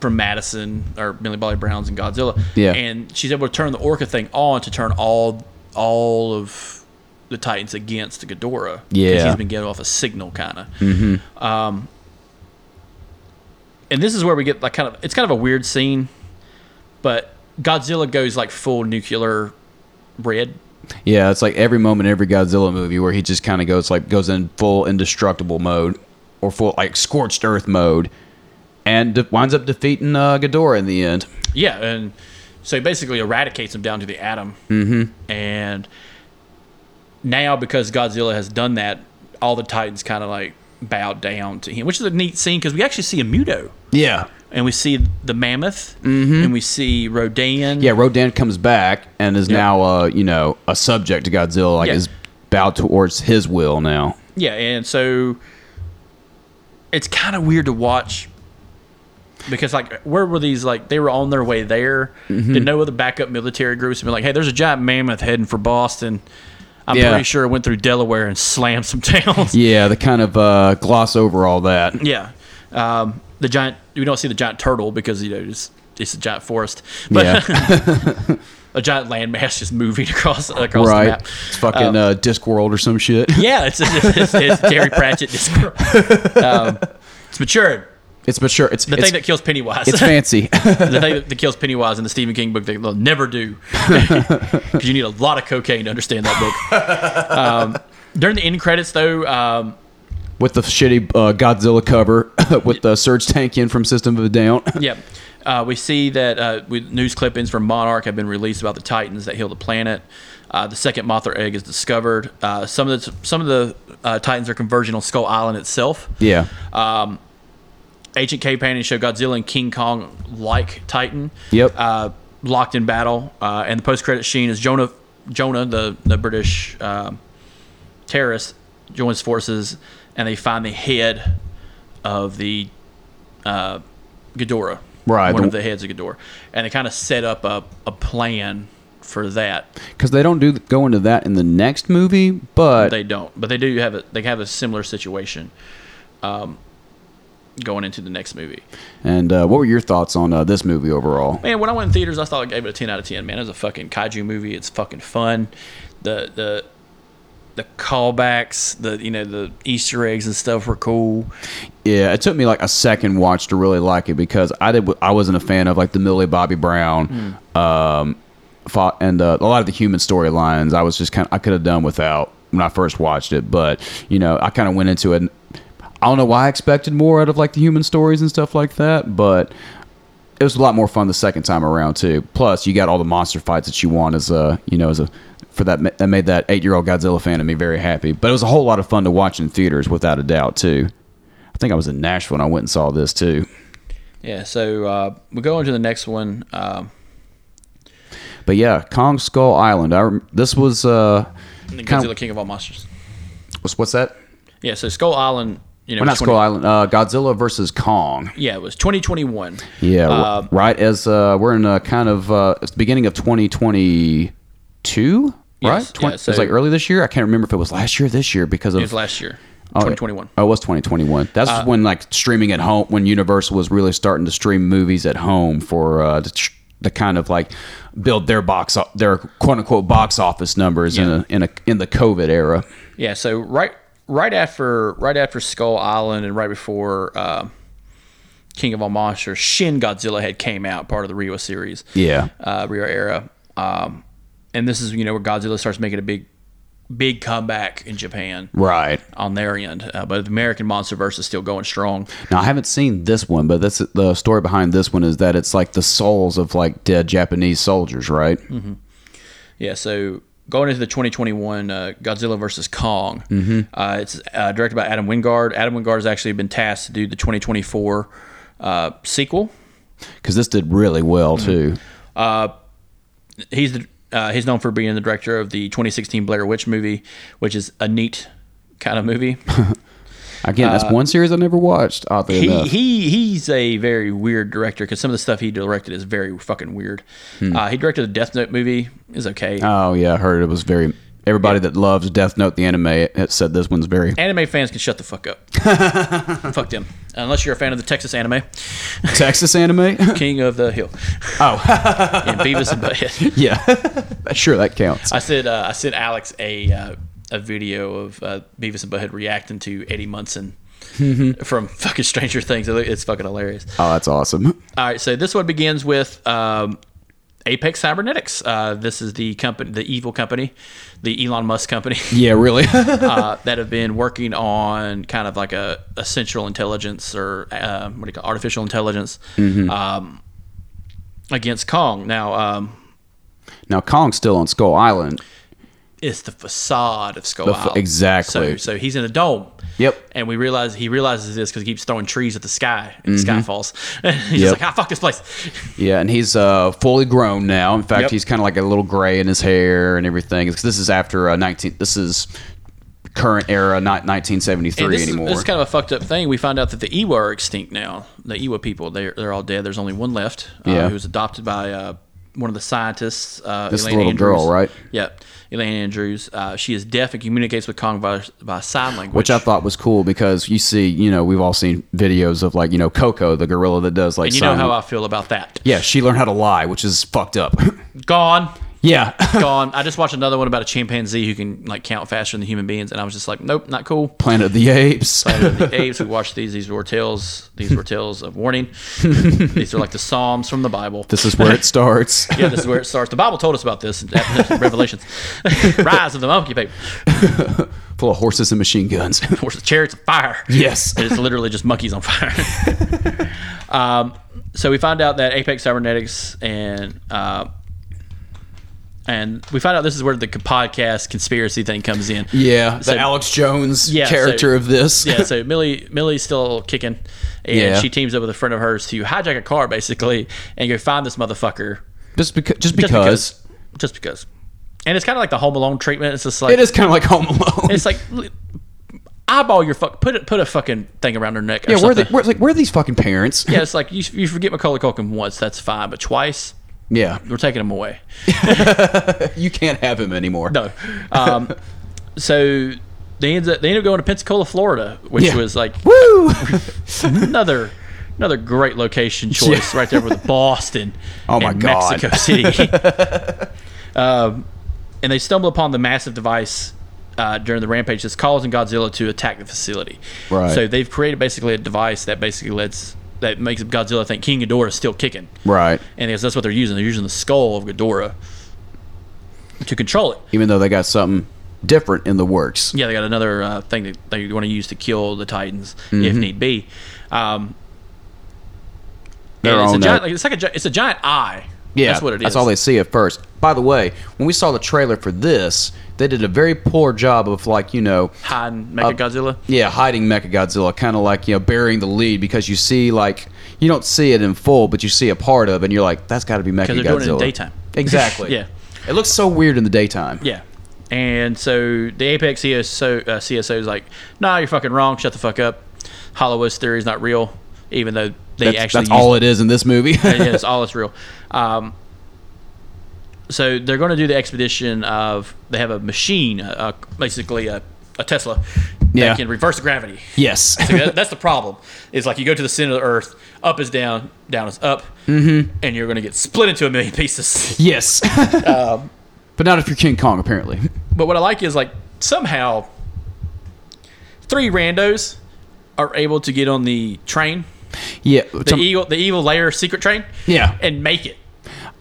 from Madison or Millie Bobby Brown's and Godzilla.
Yeah.
and she's able to turn the Orca thing on to turn all all of the Titans against Ghidorah. 'Cause
Yeah.
he's been getting off a signal kind of and this is where we get like kind of it's kind of a weird scene, but Godzilla goes like full nuclear red.
yeah, it's like every moment, in every Godzilla movie where he just kind of goes like goes in full indestructible mode, or full like scorched earth mode, and de- winds up defeating uh, Ghidorah in the end.
Yeah, and so he basically eradicates him down to the atom. Mm-hmm. And now because Godzilla has done that, all the Titans kind of like bow down to him, which is a neat scene because we actually see a Muto.
Yeah,
And we see the mammoth, and we see Rodan.
yeah. Rodan comes back and is
Yeah.
now uh, you know a subject to Godzilla, like
Yeah.
is bowed towards his will now.
yeah, and so it's kind of weird to watch because like where were these like they were on their way there
Mm-hmm.
did no other backup military groups have been like hey there's a giant mammoth heading for boston i'm
Yeah.
pretty sure it went through delaware and slammed some towns
Yeah, they kind of uh, gloss over all that.
yeah, um, the giant we don't see the giant turtle because you know it's it's a giant forest but a giant landmass just moving across across the
right.
map
It's fucking uh, Discworld or some shit.
yeah it's it's, it's terry pratchett Discworld. um, it's matured
It's mature. It's
the
it's,
thing that kills Pennywise.
it's fancy.
the thing that, that kills Pennywise in the Stephen King book that they'll never do because you need a lot of cocaine to understand that book. Um, during the end credits though, um,
with the shitty uh, Godzilla cover with the Surge Tankian from System of a Down.
yeah, uh, we see that uh, we, news clippings from Monarch have been released about the Titans that heal the planet. Uh, the second Mothra egg is discovered. Uh, some of the some of the uh, Titans are converging on Skull Island itself.
yeah,
Agent K Painting show Godzilla and King Kong like Titan.
Yep.
Uh, locked in battle, uh, and the post credit scene is Jonah, Jonah, the the British um, terrorist, joins forces, and they find the head of the uh, Ghidorah.
Right,
One
the-
of the heads of Ghidorah, and they kind of set up a, a plan for that.
because they don't do go into that in the next movie, but
They don't, but they do have a they have a similar situation. Um, going into the next movie.
and uh, what were your thoughts on uh, this movie overall?
Man, when I went in theaters, I thought I gave it a ten out of ten. Man, it was a fucking kaiju movie. It's fucking fun. The the the callbacks, the you know the Easter eggs and stuff were cool.
Yeah, it took me like a second watch to really like it because I did I wasn't a fan of like the Millie Bobby Brown. Um, fought, and uh, a lot of the human storylines I was just kind of, I could have done without when I first watched it, but you know I kind of went into it. And I don't know why I expected more out of like the human stories and stuff like that, but it was a lot more fun the second time around too. Plus, you got all the monster fights that you want as a you know as a for that that made that eight year old Godzilla fan of me very happy. But it was a whole lot of fun to watch in theaters without a doubt too. I think I was in Nashville and I went and saw this too.
Yeah, so uh, we go on to the next one. Um,
But yeah, Kong Skull Island. I rem- this was uh
Godzilla,
kind of,
King of All Monsters.
what's, what's that?
Yeah, so Skull Island. You know,
Well, not
was 20
Skull Island. Uh, Godzilla versus Kong.
Yeah, it was 2021.
Yeah, r- right as uh, we're in a kind of uh, it's the beginning of 2022, right?
Yes,
Twen-
yeah, so-
it's like early this year. I can't remember if it was last year, or this year because of
It was last year,
Oh,
2021.
Oh, it was 2021. That's
Uh,
when like streaming at home, when Universal was really starting to stream movies at home for uh, to, tr- to kind of like build their box, o- their quote unquote box office numbers in a in a in the COVID era.
Yeah, so right right after right after Skull Island and right before uh, King of All Monsters, Shin Godzilla had came out, part of the Rio series.
Yeah,
uh, Rio era. Um, and this is you know where Godzilla starts making a big, big comeback in Japan
right.
on their end. Uh, but the American MonsterVerse is still going strong.
Now I haven't seen this one, but that's the story behind this one is that it's like the souls of like dead Japanese soldiers, right?
Hmm. Yeah, so going into the 2021 uh, Godzilla versus Kong, uh, it's uh, directed by Adam Wingard. Adam Wingard has actually been tasked to do the 2024 uh, sequel.
Because this did really well
Hmm.
too.
He's the uh, he's known for being the director of the 2016 Blair Witch movie, which is a neat kind of movie.
Again, that's one series I never watched. Oddly
Uh, he,
enough,
he he's a very weird director because some of the stuff he directed is very fucking weird. Uh, he directed the Death Note movie is okay.
Oh yeah, I heard it was very. Everybody that loves Death Note the anime it said this one's very.
anime fans can shut the fuck up. fuck them. Unless you're a fan of the Texas anime,
Texas anime.
King of the Hill. Oh, and Beavis and Butthead.
yeah, sure that counts.
I sent uh, I sent Alex a uh, a video of uh, Beavis and Butthead reacting to Eddie Munson. from fucking Stranger Things, it's fucking hilarious.
Oh, that's awesome.
All right, so this one begins with um, Apex Cybernetics. Uh, this is the company, the evil company, the Elon Musk company
Yeah, really.
uh, that have been working on kind of like a, a central intelligence or um, what do you call it? artificial intelligence
Mm-hmm.
um, against Kong. Now, um,
now Kong's still on Skull Island.
it's the facade of Skull
The fa-
Island.
exactly.
So, so he's in a dome.
Yep.
And we realize he realizes this because he keeps throwing trees at the sky, and the sky falls. he's
Mm-hmm. Yep.
just like, "Ah, fuck this place."
Yeah, and he's uh, fully grown now. In fact,
Yep.
he's kind of like a little gray in his hair and everything. It's- This is after uh, nineteen. This is current era, not nineteen seventy
And
three
this
anymore.
Is, this is kind of a fucked up thing. We find out that the Iwa are extinct now. The Iwa people, they're, they're all dead. There's only one left uh,
Yeah.
who was adopted by uh, one of the scientists. Uh,
This
Elaine
little
Andrews.
girl, right?
Yep. Elaine Andrews. Uh, she is deaf and communicates with Kong by, by sign language.
which I thought was cool because you see, you know, we've all seen videos of like, you know, Coco, the gorilla that does like.
And you know
sign-
how I feel about that.
yeah, she learned how to lie, which is fucked up.
Gone.
Yeah.
Gone. I just watched another one about a chimpanzee who can like count faster than human beings, and I was just like, nope, not cool.
Planet of the Apes.
Planet of the Apes. We watched these. These were tales. These were tales of warning. these are like the Psalms from the Bible.
This is where it starts.
yeah, this is where it starts. The Bible told us about this in Revelations. Rise of the monkey people.
Full of horses and machine guns.
Horse of chariots of fire.
yes.
It's literally just monkeys on fire. um, so we find out that Apex Cybernetics and uh, and we find out this is where the podcast conspiracy thing comes in.
Yeah. The
So-
Alex Jones
Yeah, so-
character of this.
yeah, so Millie Millie's still kicking, and
Yeah.
she teams up with a friend of hers to hijack a car basically and go find this motherfucker
Just, beca- just
just
because.
because, just because. And it's kind of like the Home Alone treatment. It's just like
It is kind of like Home Alone.
it's like li- eyeball your fuck put it put a fucking thing around her neck. Or
yeah, where are,
something.
they, where, like, where are these fucking parents?
yeah, it's like you you forget Macaulay Culkin once, that's fine, but twice
Yeah.
we're taking him away.
You can't have him anymore.
No. Um, so they end up they end up going to Pensacola, Florida, which
Yeah.
was like
Woo!
another another great location choice right there with Boston.
Oh my
and
God.
Mexico City. um, and they stumble upon the massive device uh, during the rampage that's causing Godzilla to attack the facility.
Right.
So they've created basically a device that basically lets that makes Godzilla think King Ghidorah is still kicking.
right.
And that's that's what they're using. They're using the skull of Ghidorah to control it.
Even though they got something different in the works.
Yeah, they got another uh, thing that they want to use to kill the Titans if
Mm-hmm.
need be. Um,
They're
and it's a
on
giant,
that-
like, it's like a gi- it's a giant eye.
Yeah,
that's what it is.
That's all they see at first. By the way, when we saw the trailer for this, they did a very poor job of like you know,
hiding
Uh,
Mechagodzilla.
yeah, hiding Mechagodzilla, kind of like you know, burying the lead because you see like you don't see it in full, but you see a part of, it and you're like, that's got to be Mechagodzilla.
they're doing it in daytime.
Exactly.
Yeah.
It looks so weird in the daytime.
Yeah, and so the Apex CSO uh, CSO is like, "Nah, you're fucking wrong. Shut the fuck up. Hollowest theory is not real, even though they
that's,
actually
that's
use
all it is in this movie.
yeah, it's all it's real. Um, so they're going to do the expedition of they have a machine, uh, uh, basically a, a Tesla
Yeah.
that can reverse gravity.
yes.
So that, that's the problem. Is like you go to the center of the Earth, up is down, down is up, mm-hmm. and you're going to get split into a million pieces.
yes. but not if you're King Kong, apparently.
But what I like is like somehow three randos are able to get on the train,
Yeah.
the
some-
evil, the evil layer secret train,
Yeah.
and make it.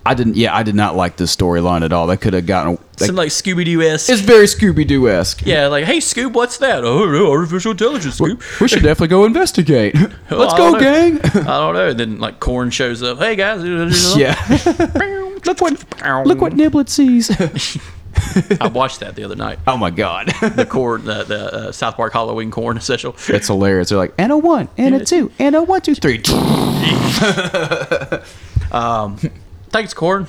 I didn't. Yeah, I did not like this storyline at all. That could have gotten.
Some like Scooby Doo esque.
it's very Scooby Doo esque.
Yeah, like, hey, Scoob, what's that? Oh, no, artificial intelligence, Scoob.
We should definitely go investigate. Let's
I
go,
don't know.
gang.
I don't know. Then, like, Corn shows up. Hey, guys.
yeah.
Look what,
Look what Niblet sees.
I watched that the other night.
oh my god.
The corn, the, the uh, South Park Halloween corn special.
It's hilarious. They're like, and a one, and a two, and a one, two, three.
Thanks, corn.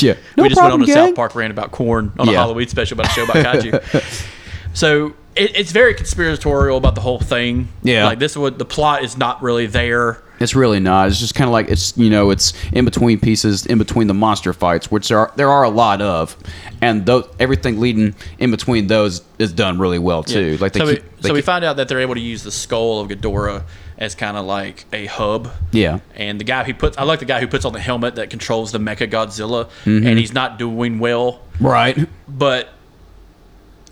yeah. No
we just
problem,
went on a
gang.
South Park rant about corn on a
Yeah.
Halloween special about a show about kaiju. so it, it's very conspiratorial about the whole thing.
Yeah.
like this would the plot is not really there.
It's really not. It's just kind of like it's you know it's in between pieces, in between the monster fights, which there are there are a lot of, and tho- everything leading in between those is done really well too. Like they
so,
keep,
we,
they
so we
keep-
find out that they're able to use the skull of Ghidorah as kind of like a hub.
Yeah.
And the guy who puts, I like the guy who puts on the helmet that controls the Mecha Godzilla,
Mm-hmm.
and he's not doing well.
right
But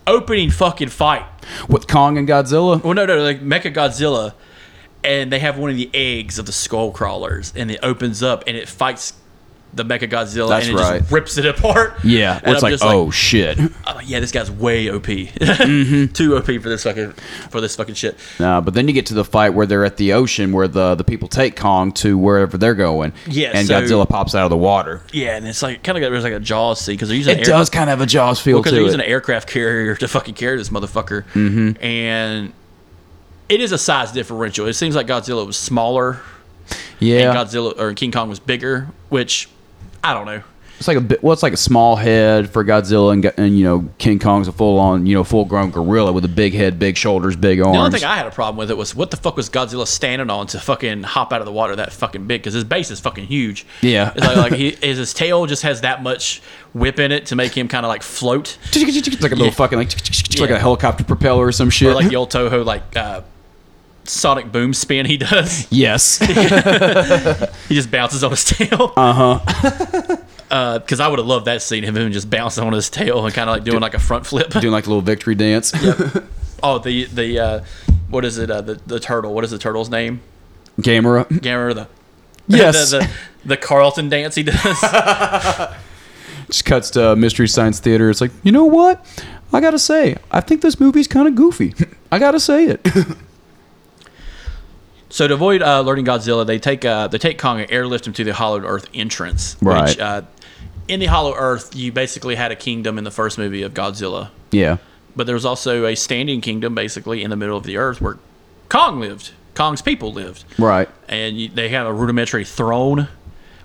opening fucking fight.
with Kong and Godzilla.
Well, no, no, like Mecha Godzilla, and they have one of the eggs of the skull crawlers, and it opens up and it fights the Mecha Godzilla,
That's
and it
right.
just rips it apart.
Yeah,
and
where it's
I'm
like,
just
oh shit.
oh, yeah, this guy's way OP,
Mm-hmm.
too OP for this fucking for this fucking shit.
Uh, but then you get to the fight where they're at the ocean, where the the people take Kong to wherever they're going.
Yeah,
and
so-
Godzilla pops out of the water.
Yeah, and it's like kind of got there's like a Jaws scene because they're using
It does kind of have a Jaws feel
because they're
to
using
it.
an aircraft carrier to fucking carry this motherfucker, mm-hmm. and it is a size differential. It seems like Godzilla was smaller
yeah,
and Godzilla or King Kong was bigger, which I don't know.
it's like a bit. Well, it's like a small head for Godzilla, and, Go- and you know King Kong's a full on you know full grown gorilla with a big head, big shoulders, big arms.
The only thing I had a problem with it was what the fuck was Godzilla standing on to fucking hop out of the water that fucking big? Because his base is fucking huge.
Yeah.
it's like, like he, is his tail just has that much whip in it to make him kind of like float,
it's like a little fucking like like
Yeah.
a helicopter propeller or some shit.
or like the old Toho like uh, sonic boom spin he does.
yes, Uh-huh.
He just bounces on his tail. Uh huh. because I would have loved that scene, him, him just bouncing on his tail and kind of like doing like a front flip.
doing like a little victory dance.
oh, the the uh, what is it? Uh, the the turtle. What is the turtle's name?
Gamera.
Gamera the
Yes.
the, the the Carlton dance he does.
Just cuts to Mystery Science Theater. It's like, you know what? I gotta say, I think this movie's kind of goofy. I gotta say it.
So to avoid uh, alerting Godzilla, they take uh, they take Kong and airlift him to the Hollow Earth entrance.
Right.
Which, uh, in the Hollow Earth, you basically had a kingdom in the first movie of Godzilla,
yeah.
but there was also a standing kingdom basically in the middle of the Earth where Kong lived. Kong's people lived,
Right.
and you, they have a rudimentary throne,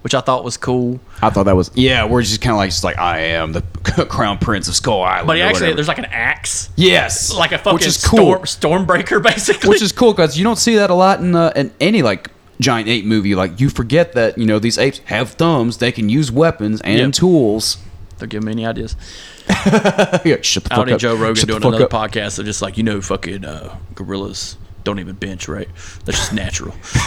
which I thought was cool.
I thought that was yeah. We're just kind of like, just like I am the crown prince of Skull Island.
But he
or
actually,
whatever.
there's like an axe,
yes,
like a fucking
which is cool,
storm, stormbreaker basically.
which is cool because you don't see that a lot in uh, in any like giant ape movie. Like you forget that you know these apes have thumbs, they can use weapons and
Yep.
tools.
they're giving me any ideas.
yeah, shut the
I don't
fuck
need
up.
Joe Rogan
Shut the
doing
fuck
another
up.
podcast. They're just like, you know, fucking uh, gorillas don't even bench, right? That's just natural.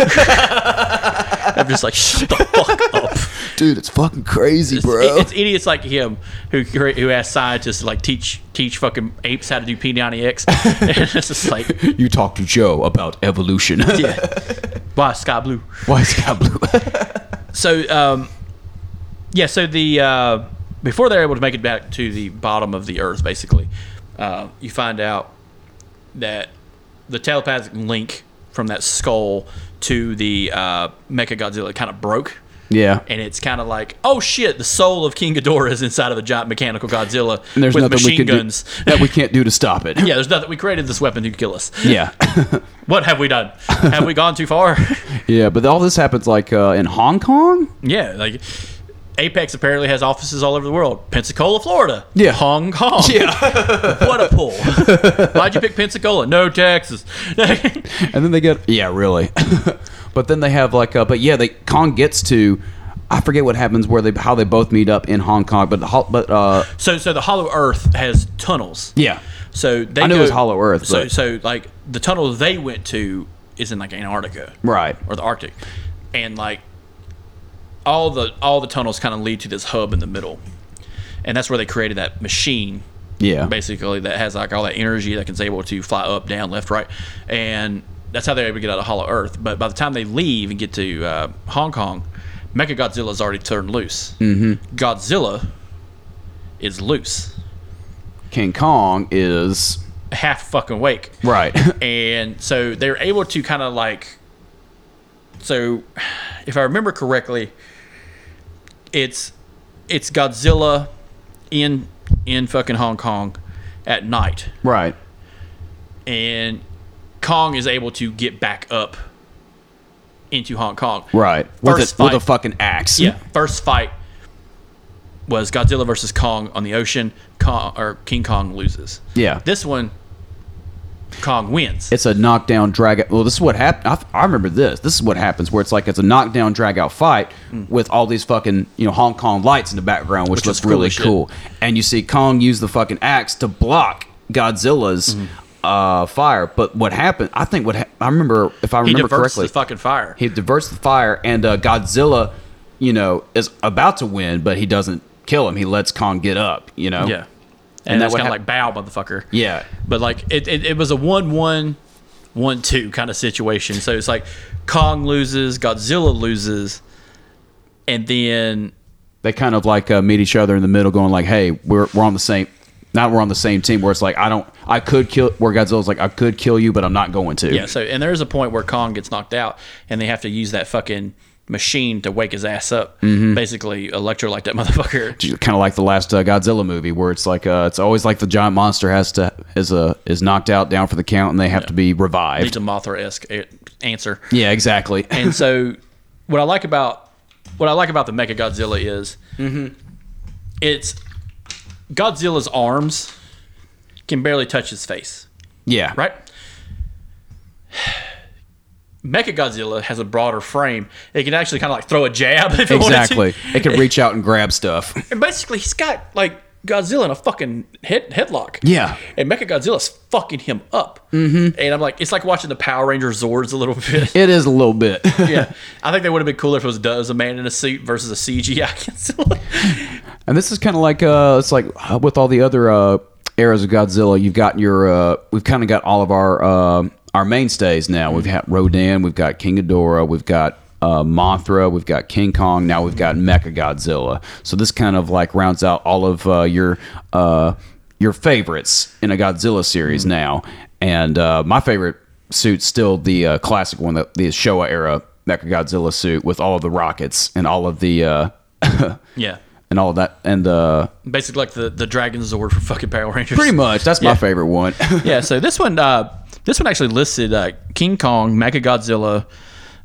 I'm just like, shut the fuck up.
dude. It's fucking crazy,
It's,
bro.
it's idiots like him who cre- who asked scientists to like teach teach fucking apes how to do P90X. and it's just like,
you talk to Joe about evolution.
yeah. Why is sky blue?
Why is God blue?
So, um, yeah, so the uh, before they're able to make it back to the bottom of the earth, basically, uh, you find out that the telepathic link from that skull to the uh, Mecha Godzilla kind of broke.
yeah,
And it's kind of like, oh shit, the soul of King Ghidorah is inside of a giant mechanical Godzilla
and there's
with
nothing
machine
we can
guns.
do that we can't do to stop it.
Yeah, there's nothing. We created this weapon to kill us.
yeah.
What have we done? have we gone too far?
Yeah, but all this happens like uh, in Hong Kong.
Yeah, like Apex apparently has offices all over the world. Pensacola, Florida.
Yeah.
Hong Kong.
Yeah,
What a pull. Why'd you pick Pensacola? No, Texas.
and then they get yeah, really. but then they have like, uh, but yeah, they Kong gets to. I forget what happens where they how they both meet up in Hong Kong, but the Hol- but uh,
so, so the Hollow Earth has tunnels.
yeah,
So they
I knew
know
it was Hollow Earth,
So,
but-
so like the tunnel they went to is in like Antarctica
right,
or the Arctic, and like all the all the tunnels kind of lead to this hub in the middle, and that's where they created that machine
yeah,
basically that has like all that energy that is able to fly up, down, left, right, and that's how they're able to get out of Hollow Earth. But by the time they leave and get to uh, Hong Kong, Mecha Godzilla's already turned loose. Mm-hmm. Godzilla is loose,
King Kong is
half fucking awake,
right,
and so they're able to kind of like. So, if I remember correctly, it's it's Godzilla in in fucking Hong Kong at night.
right,
and Kong is able to get back up into Hong Kong.
right,
First
with a, with
fight.
a fucking axe.
Yeah. First fight was Godzilla versus Kong on the ocean. Kong or King Kong loses.
yeah.
This one, Kong wins.
it's a knockdown drag out. Well, this is what happened. I, I remember this. This is what happens where it's like it's a knockdown drag out fight with all these fucking you know Hong Kong lights in the background, which,
Hmm. Which
looks
is cool
really
as shit.
cool. And you see Kong use the fucking axe to block Godzilla's
Mm-hmm.
uh, fire. But what happened? I think what ha- I remember, if I
he
remember
diverts
correctly,
the fucking fire.
he diverts the fire, and uh, Godzilla, you know, is about to win, but he doesn't kill him. He lets Kong get up. You know.
yeah.
And
And,
that
that's
would
kind of
hap-
like bow, motherfucker.
Yeah.
But like it, it, it was a one one, one two kind of situation. So it's like Kong loses, Godzilla loses, and then
they kind of like uh, meet each other in the middle, going like, "Hey, we're we're on the same." Now we're on the same team where it's like I don't, I could kill. Where Godzilla's like, I could kill you, but I'm not going to.
Yeah, so and there is a point where Kong gets knocked out and they have to use that fucking machine to wake his ass up. Basically electrolyte that motherfucker.
Kind of like the last uh, Godzilla movie, where it's like, uh, it's always like the giant monster has to is a is knocked out, down for the count, and they have to be
It's
revived.
a Mothra esque answer.
yeah, exactly.
And so what I like about what I like about the Mecha Godzilla is it's Godzilla's arms can barely touch his face.
yeah,
right? Mechagodzilla has a broader frame. It can actually kind of like throw a jab if it wanted to.
Exactly. it can reach out and grab stuff.
And basically, he's got like Godzilla in a fucking head headlock.
Yeah.
and Mecha Godzilla's fucking him up. Mm-hmm. And I'm like, it's like watching the Power Ranger Zords a little bit.
It is a little bit.
yeah, I think they would have been cooler if it was does a man in a suit versus a CGI Godzilla.
And this is kind of like uh, it's like with all the other uh, eras of Godzilla, you've got your uh, we've kind of got all of our uh, our mainstays now. We've had Rodan, we've got King Ghidorah, we've got uh, Mothra, we've got King Kong. Now we've got Mecha Godzilla. So this kind of like rounds out all of uh, your uh, your favorites in a Godzilla series now. And uh, my favorite suit's still the uh, classic one, the, the Showa era Mecha Godzilla suit with all of the rockets and all of the. Uh,
yeah,
and all of that and uh
basically like the the Dragon Zord for fucking Power Rangers.
pretty much that's my favorite one
yeah, so this one, uh, this one actually listed uh, King Kong, Mechagodzilla,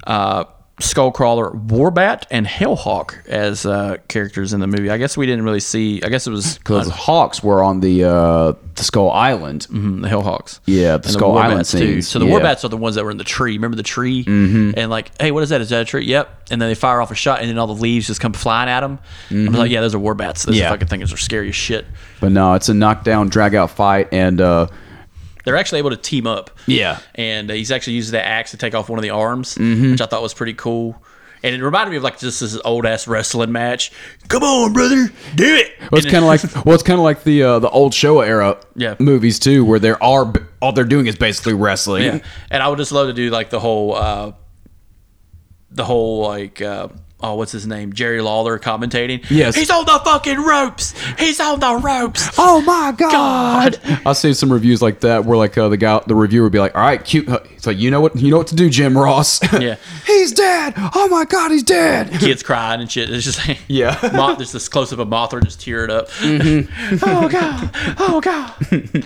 uh, Skullcrawler, Warbat, and Hellhawk as uh, characters in the movie. I guess we didn't really see. I guess it was
because hawks were on the uh the skull island
mm, the Hellhawks.
yeah the
And
skull island
Warbats, too.
scenes
So the
yeah.
Warbats are the ones that were in the tree. Remember the tree? Mm-hmm. And like, hey, what is that? Is that a tree? Yep. And then they fire off a shot, and then all the leaves just come flying at them. I'm like, yeah, those are Warbats.
Mm-hmm.
Those
Yeah.
fucking things are scary as shit.
but no it's a knockdown drag out fight and uh
They're actually able to team up.
yeah Mm-hmm.
and uh, he's actually used that axe to take off one of the arms, which I thought was pretty cool. And it reminded me of like just this old ass wrestling match. Come on, brother, do it.
well, it's
And it-
kind of like well, it's kind of like the uh, the old Showa era
Yeah.
movies too, where there are b- all they're doing is basically wrestling.
yeah. And I would just love to do like the whole, uh, the whole like. Uh, Oh, what's his name? Jerry Lawler commentating.
Yes.
He's on the fucking ropes. He's on the ropes.
Oh my god! I see some reviews like that where like uh, the guy, the reviewer would be like, "All right, cute." It's like you know what you know what to do, Jim Ross.
Yeah.
he's dead. Oh my god, he's dead.
Kids crying and shit. It's just like,
Yeah.
Moth, there's this close up of Mothra just tearing up.
oh god, oh god.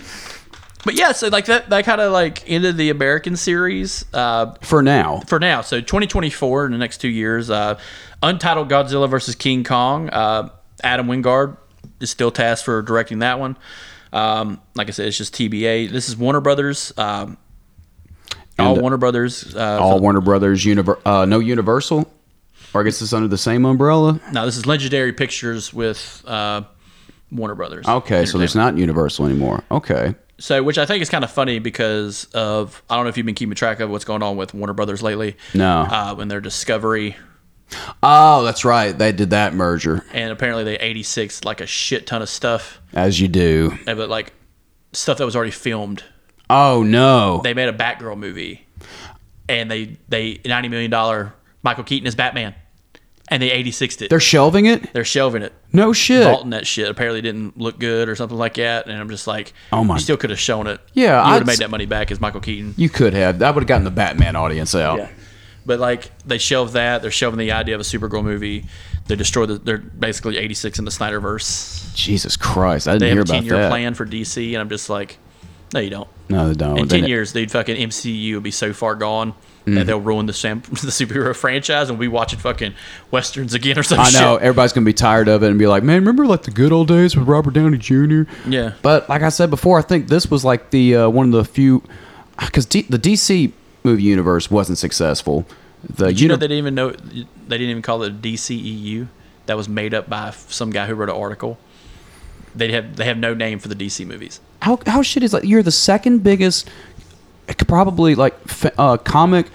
But yeah, so like that, that kind of like ended the American series. Uh,
For now,
for now. So 2024 in the next two years, uh, Untitled Godzilla versus King Kong. Uh, Adam Wingard is still tasked for directing that one. Um, like I said, it's just TBA. This is Warner Brothers. Um, all
And-
Warner Brothers. Uh,
all Warner Brothers, Univer- uh, no Universal, or I guess it's under the same umbrella.
no, this is Legendary Pictures with uh, Warner Brothers.
Okay, so there's not Universal anymore. Okay,
So, which I think is kind of funny because of I don't know if you've been keeping track of what's going on with Warner Brothers lately.
No.
uh, when their Discovery
oh, that's right, they did that merger,
and apparently they 86 like a shit ton of stuff.
as you do.
Yeah, Uh, but like stuff that was already filmed.
Oh no,
They made a Batgirl movie, and they they ninety million dollar Michael Keaton as Batman, and they eighty sixed it.
they're
They're,
shelving it.
shelving it.
No shit.
Vaulting that shit apparently didn't look good or something like that, and I'm just like,
Oh my-
you still could have shown it.
Yeah,
you would have
I'd
made
s-
that money back as Michael Keaton.
You could have. That would have gotten the Batman audience out.
Yeah. But like they shelved that, they're shelving the idea of a Supergirl movie. They destroyed. The, they're basically eighty six in the Snyderverse.
Jesus Christ, I didn't
They
hear
have a
about
ten year
that.
plan for DC, and I'm just like, no, you don't.
No, they don't.
In
They-
ten years, dude, fucking MCU will be so far gone
Mm-hmm.
that they'll ruin the sam- the superhero franchise, and we watching fucking westerns again or some
I know
shit.
everybody's gonna be tired of it and be like, "Man, remember like the good old days with Robert Downey Jr."
Yeah.
But like I said before, I think this was like the uh, one of the few because D- the DC movie universe wasn't successful. The
You know
uni-
they didn't even know they didn't even call it DCEU. That was made up by some guy who wrote an article. They have they have no name for the DC movies.
how how shit is like you're the second biggest, probably like f- uh, comic,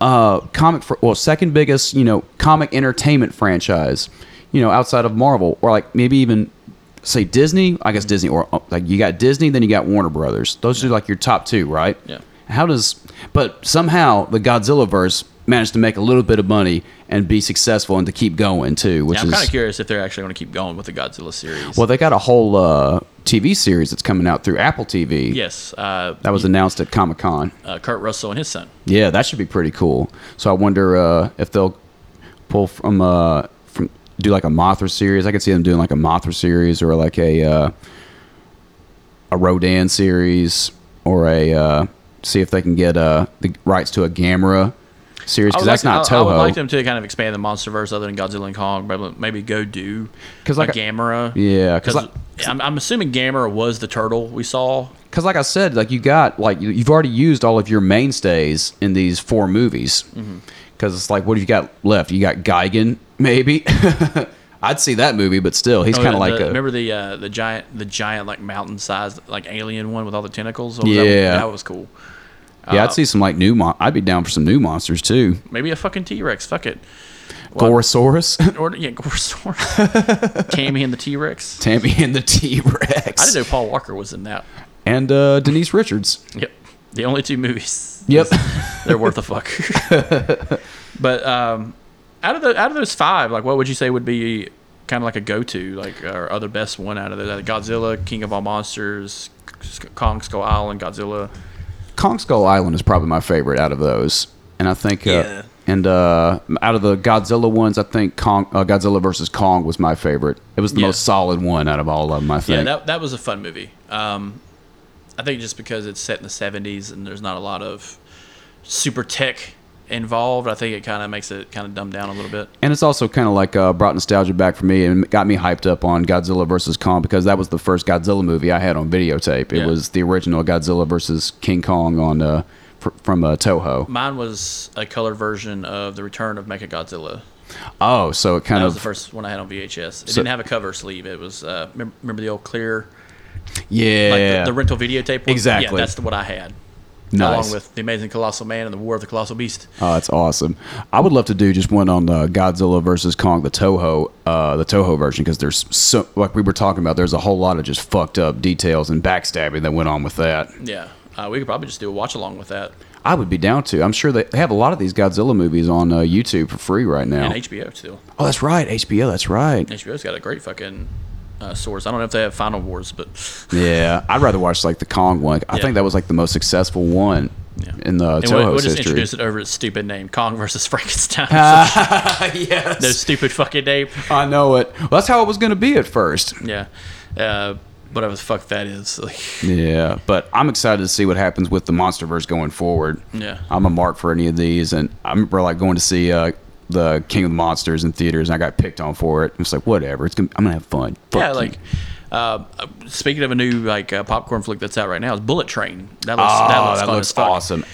uh, comic fr- well second biggest you know comic entertainment franchise, you know outside of Marvel or like maybe even say Disney. I guess Disney or uh, like you got Disney, then you got Warner Brothers. Those are like your top two, right?
Yeah.
How does but somehow the Godzilla verse managed to make a little bit of money and be successful and to keep going too, which
Yeah, I'm kind
is
of curious if they're actually going to keep going with the Godzilla series.
well they got a whole uh, TV series that's coming out through Apple TV.
yes, uh,
That was announced at Comic Con.
uh, Kurt Russell and his son.
Yeah, that should be pretty cool. So I wonder uh, if they'll pull from uh, from do like a Mothra series. I could see them doing like a Mothra series or like a uh, a Rodan series or a uh, see if they can get uh, the rights to a Gamera series
I would
because that's
like
not
to- I- I would like
Toho.
them to kind of expand the MonsterVerse other than Godzilla and Kong, but maybe go do
'Cause like
a
I-
Gamera.
Yeah, 'cause
because
like-
I'm, I'm assuming Gamera was the turtle we saw.
Because like I said, like you got like you- you've already used all of your mainstays in these four
Mm-hmm.
movies. Because it's like, what have you got left? You got Geigen, maybe. I I'd see that movie, but still, he's
Oh,
kind
the-
of like
the-
a
remember the uh, the giant the giant like mountain sized like alien one with all the tentacles. Oh, that-
Yeah.
that was cool.
yeah. I'd
uh,
see some like new. Mon- I'd be down for some new monsters too.
Maybe a fucking T Rex. Fuck it.
Gorosaurus,
Or yeah, Gorosaurus. Tammy and the T Rex.
Tammy and the T Rex.
I didn't know Paul Walker was in that.
And uh, Denise Richards.
Yep. The only two movies.
Yep.
They're worth a fuck. but um, out of the out of those five, like what would you say would be kind of like a go to, like our other best one out of those? Like Godzilla, King of All Monsters, Kong Skull Island, Godzilla.
Kong Skull Island is probably my favorite out of those, and I think uh,
Yeah.
and uh, out of the Godzilla ones, I think Kong uh, Godzilla versus Kong was my favorite. It was the
Yeah.
most solid one out of all of them. I
Yeah,
think.
that that was a fun movie. Um, I think just because it's set in the '70s and there's not a lot of super tech involved, I think it kind of makes it kind of dumbed down a little bit.
and it's also kind of like uh, brought nostalgia back for me and got me hyped up on Godzilla versus Kong because that was the first Godzilla movie I had on videotape. It
Yeah.
was the original Godzilla versus King Kong on uh, fr- from uh, Toho.
Mine was a colored version of the Return of Mechagodzilla.
Oh, so it kind
That
of
was the first one I had on VHS. It
So-
didn't have a cover sleeve. It was uh, mem- remember the old clear,
yeah
like the, the rental videotape. One?
Exactly.
Yeah, that's the, what I had.
Nice.
Along with the Amazing Colossal Man and the War of the Colossal Beast.
Oh, that's awesome! I would love to do just one on uh, Godzilla versus Kong, the Toho, uh, the Toho version, because there's so like we were talking about. There's a whole lot of just fucked up details and backstabbing that went on with that.
Yeah, uh, we could probably just do a watch along with that
I would be down to. I'm sure they, they have a lot of these Godzilla movies on uh, YouTube for free right now.
and HBO too.
oh, that's right, HBO. That's right.
HBO's got a great fucking uh, source. I don't know if they have Final Wars, but
Yeah, I'd rather watch like the Kong one. I
Yeah.
think that was like the most successful one
Yeah.
in the
and
Toho's
we'll, we'll just
history.
introduce it over its stupid name, Kong versus Frankenstein. or some
yes,
no stupid fucking name.
I know it. Well, that's how it was going to be at first.
Yeah, uh, whatever the fuck that is. Like,
Yeah, but I'm excited to see what happens with the MonsterVerse going forward.
Yeah.
I'm a mark for any of these, and I remember like going to see uh, the King of the Monsters in theaters, and I got picked on for it. It's like whatever. It's gonna, I'm gonna have fun. Fuck
yeah,
you.
like. Uh, speaking of a new like uh, popcorn flick that's out right now, is Bullet Train. That looks
oh,
that looks,
that
fun
looks
as fuck.
awesome.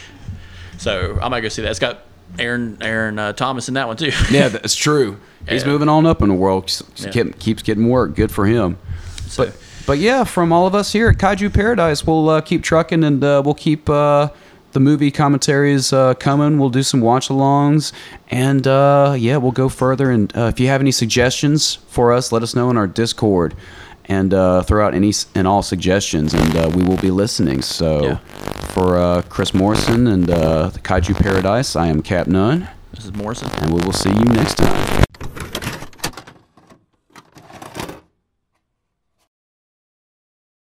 So I might go see that. It's got Aaron Aaron uh, Thomas in that one too.
Yeah, that's true. He's
Yeah.
moving on up in the world. Just, just
Yeah.
kept- keeps getting work. Good for him.
So-
but but yeah, from all of us here at Kaiju Paradise, we'll uh, keep trucking and uh, we'll keep uh, the movie commentaries uh, coming. We'll do some watch alongs and uh, yeah, we'll go further. And uh, if you have any suggestions for us, let us know in our Discord and uh, throw out any s- and all suggestions, and uh, we will be listening. So.
Yeah.
For uh, Chris Morrison and uh, the Kaiju Paradise, I am Cap Nunn,
This is Morrison.
and we will see you next time.